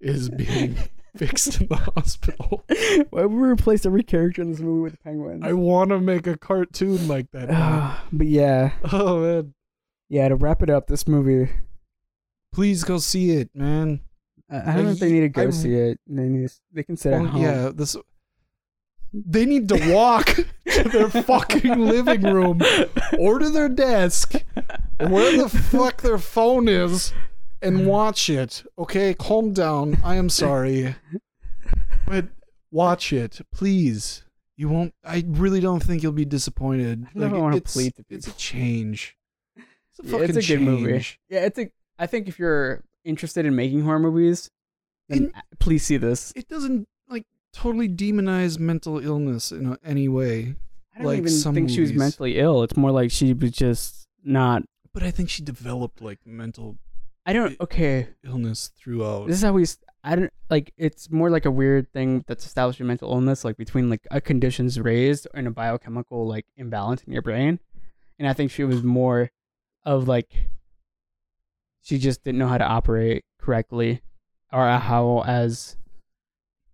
Speaker 3: is being fixed in the hospital.
Speaker 4: why would we replace every character in this movie with a penguin
Speaker 3: I wanna make a cartoon like that. man.
Speaker 4: but yeah
Speaker 3: oh man.
Speaker 4: Yeah, to wrap it up, this movie.
Speaker 3: Please go see it, man.
Speaker 4: I I don't know if they
Speaker 3: Like,
Speaker 4: need to go
Speaker 3: I-
Speaker 4: see it. They need. To, they can sit
Speaker 3: Oh,
Speaker 4: at home.
Speaker 3: Yeah, this. They need to walk to their fucking living room or to their desk, or where the fuck their phone is, and watch it. Okay, calm down. I am sorry, but watch it, please. You won't. I really don't think you'll be disappointed.
Speaker 4: I don't know if I wanna
Speaker 3: it's,
Speaker 4: plead to
Speaker 3: it's a change. It's a
Speaker 4: Yeah,
Speaker 3: fucking
Speaker 4: it's a good movie.
Speaker 3: change.
Speaker 4: Yeah, it's a. I think if you're interested in making horror movies, then
Speaker 3: In-
Speaker 4: a- please see this.
Speaker 3: It doesn't like totally demonize mental illness in any way.
Speaker 4: I don't
Speaker 3: like
Speaker 4: even
Speaker 3: some
Speaker 4: think she was
Speaker 3: movies.
Speaker 4: mentally ill. It's more like she was just not.
Speaker 3: But I think she developed like mental
Speaker 4: I don't. Okay,
Speaker 3: illness throughout.
Speaker 4: this is how we. s- I don't like. It's more like a weird thing that's established in mental illness, like between like a conditions raised and a biochemical like imbalance in your brain. And I think she was more of like she just didn't know how to operate correctly, or how as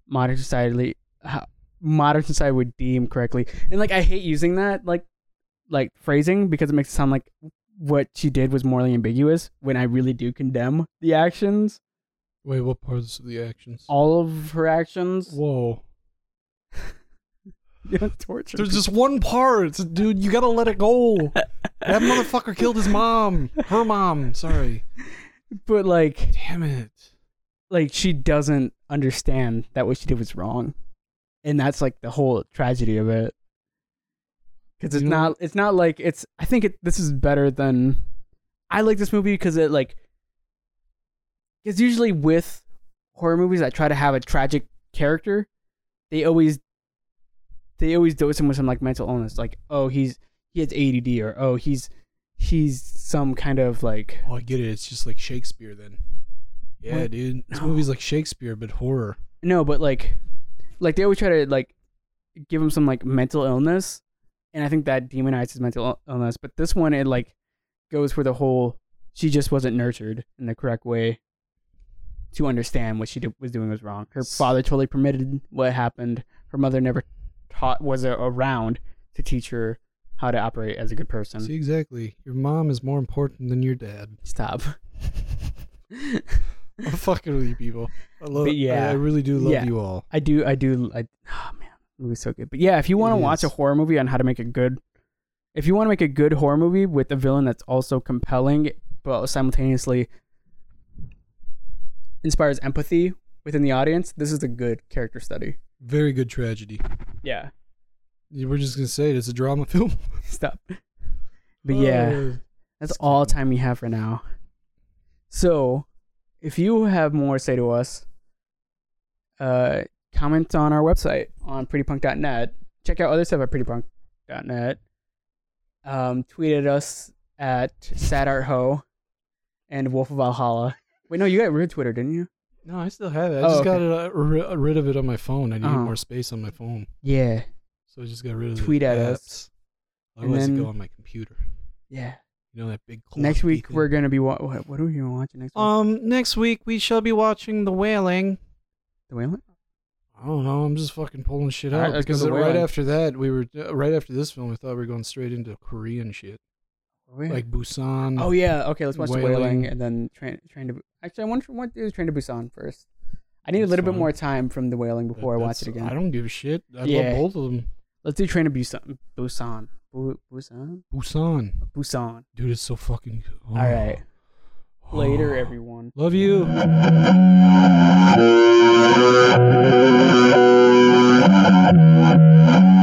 Speaker 4: modern society how modern society would deem correctly. And like I hate using that like like phrasing because it makes it sound like what she did was morally ambiguous when I really do condemn the actions
Speaker 3: Wait, what parts of the actions?
Speaker 4: all of her actions.
Speaker 3: Whoa.
Speaker 4: You know, torture.
Speaker 3: There's just one part. It's- Dude, you gotta let it go. that motherfucker killed his mom. Her mom. Sorry.
Speaker 4: but like,
Speaker 3: Damn it.
Speaker 4: like she doesn't understand that what she did was wrong, and that's like the whole tragedy of it. Because it's
Speaker 3: You know-
Speaker 4: not, it's not like it's. I think it, this is better than. I like this movie because it like. Because usually with horror movies that try to have a tragic character, they always. They always dose him with some like mental illness, like oh he's he has ADD or oh he's he's some kind of like
Speaker 3: Oh, I get it. It's just like Shakespeare then. Yeah,
Speaker 4: What?
Speaker 3: dude. This
Speaker 4: No.
Speaker 3: movie's like Shakespeare, but horror.
Speaker 4: No, but like, like they always try to like give him some like mental illness, and I think that demonizes mental ill- illness. But this one, it like goes for the whole. She just wasn't nurtured in the correct way to understand what she did, was doing was wrong. Her father totally permitted what happened. Her mother never taught was a- around to teach her how to operate as a good person.
Speaker 3: See, exactly. Your mom is more important than your dad.
Speaker 4: Stop.
Speaker 3: I'm fucking with you people. I love.
Speaker 4: But yeah.
Speaker 3: I, I really do love
Speaker 4: Yeah.
Speaker 3: you all.
Speaker 4: I do. I do. I, oh man, the movie's so good. But yeah, if you want to
Speaker 3: It
Speaker 4: watch a
Speaker 3: is.
Speaker 4: horror movie on how to make a good, if you want to make a good horror movie with a villain that's also compelling but simultaneously inspires empathy within the audience, this is a good character study.
Speaker 3: Very good tragedy.
Speaker 4: Yeah.
Speaker 3: We're just gonna say it. It's a drama film.
Speaker 4: Stop. But yeah.
Speaker 3: Uh,
Speaker 4: That's
Speaker 3: Just
Speaker 4: all
Speaker 3: kidding.
Speaker 4: time we have for now. So, if you have more to say to us, uh, comment on our website on prettypunk.net. Check out other stuff at prettypunk.net. Um, tweet at us at sadartho and Wolf of Valhalla. Wait, no, you got rid of Twitter, didn't you?
Speaker 3: no, I still have it. I
Speaker 4: Oh,
Speaker 3: just got
Speaker 4: okay.
Speaker 3: it, uh, ri- rid of it on my phone. I needed
Speaker 4: Uh-huh.
Speaker 3: more space on my phone,
Speaker 4: Yeah.
Speaker 3: so I just got rid of the
Speaker 4: Tweet at
Speaker 3: apps.
Speaker 4: us. And
Speaker 3: Otherwise, it
Speaker 4: then-
Speaker 3: go on my computer.
Speaker 4: Yeah.
Speaker 3: You know that big.
Speaker 4: next
Speaker 3: clunky
Speaker 4: week
Speaker 3: thing.
Speaker 4: we're gonna be wa- what? What are we gonna watch next week?
Speaker 3: Um, next week we shall be watching The Wailing.
Speaker 4: the Wailing.
Speaker 3: I don't know. I'm just fucking pulling shit
Speaker 4: All right,
Speaker 3: out
Speaker 4: let's go
Speaker 3: because
Speaker 4: The
Speaker 3: right
Speaker 4: Wailing.
Speaker 3: after that we were uh, right after this film. I thought we were going straight into Korean shit, like Busan.
Speaker 4: Oh yeah, okay. Let's watch the
Speaker 3: Mm. Wailing.
Speaker 4: whaling and then train train to. Bu- Actually, I want want to do train to Busan first. I need a
Speaker 3: That's
Speaker 4: little bit
Speaker 3: fine.
Speaker 4: more time from the whaling
Speaker 3: That-
Speaker 4: before I watch
Speaker 3: that's-
Speaker 4: it again.
Speaker 3: I don't give a shit. I
Speaker 4: Yeah.
Speaker 3: love both of them.
Speaker 4: Let's do train to Busan. Busan. Bu- Busan.
Speaker 3: Busan,
Speaker 4: Busan.
Speaker 3: dude, it's so fucking. oh.
Speaker 4: All right. Later,
Speaker 3: Oh.
Speaker 4: everyone.
Speaker 3: Love you.
Speaker 5: Thank you.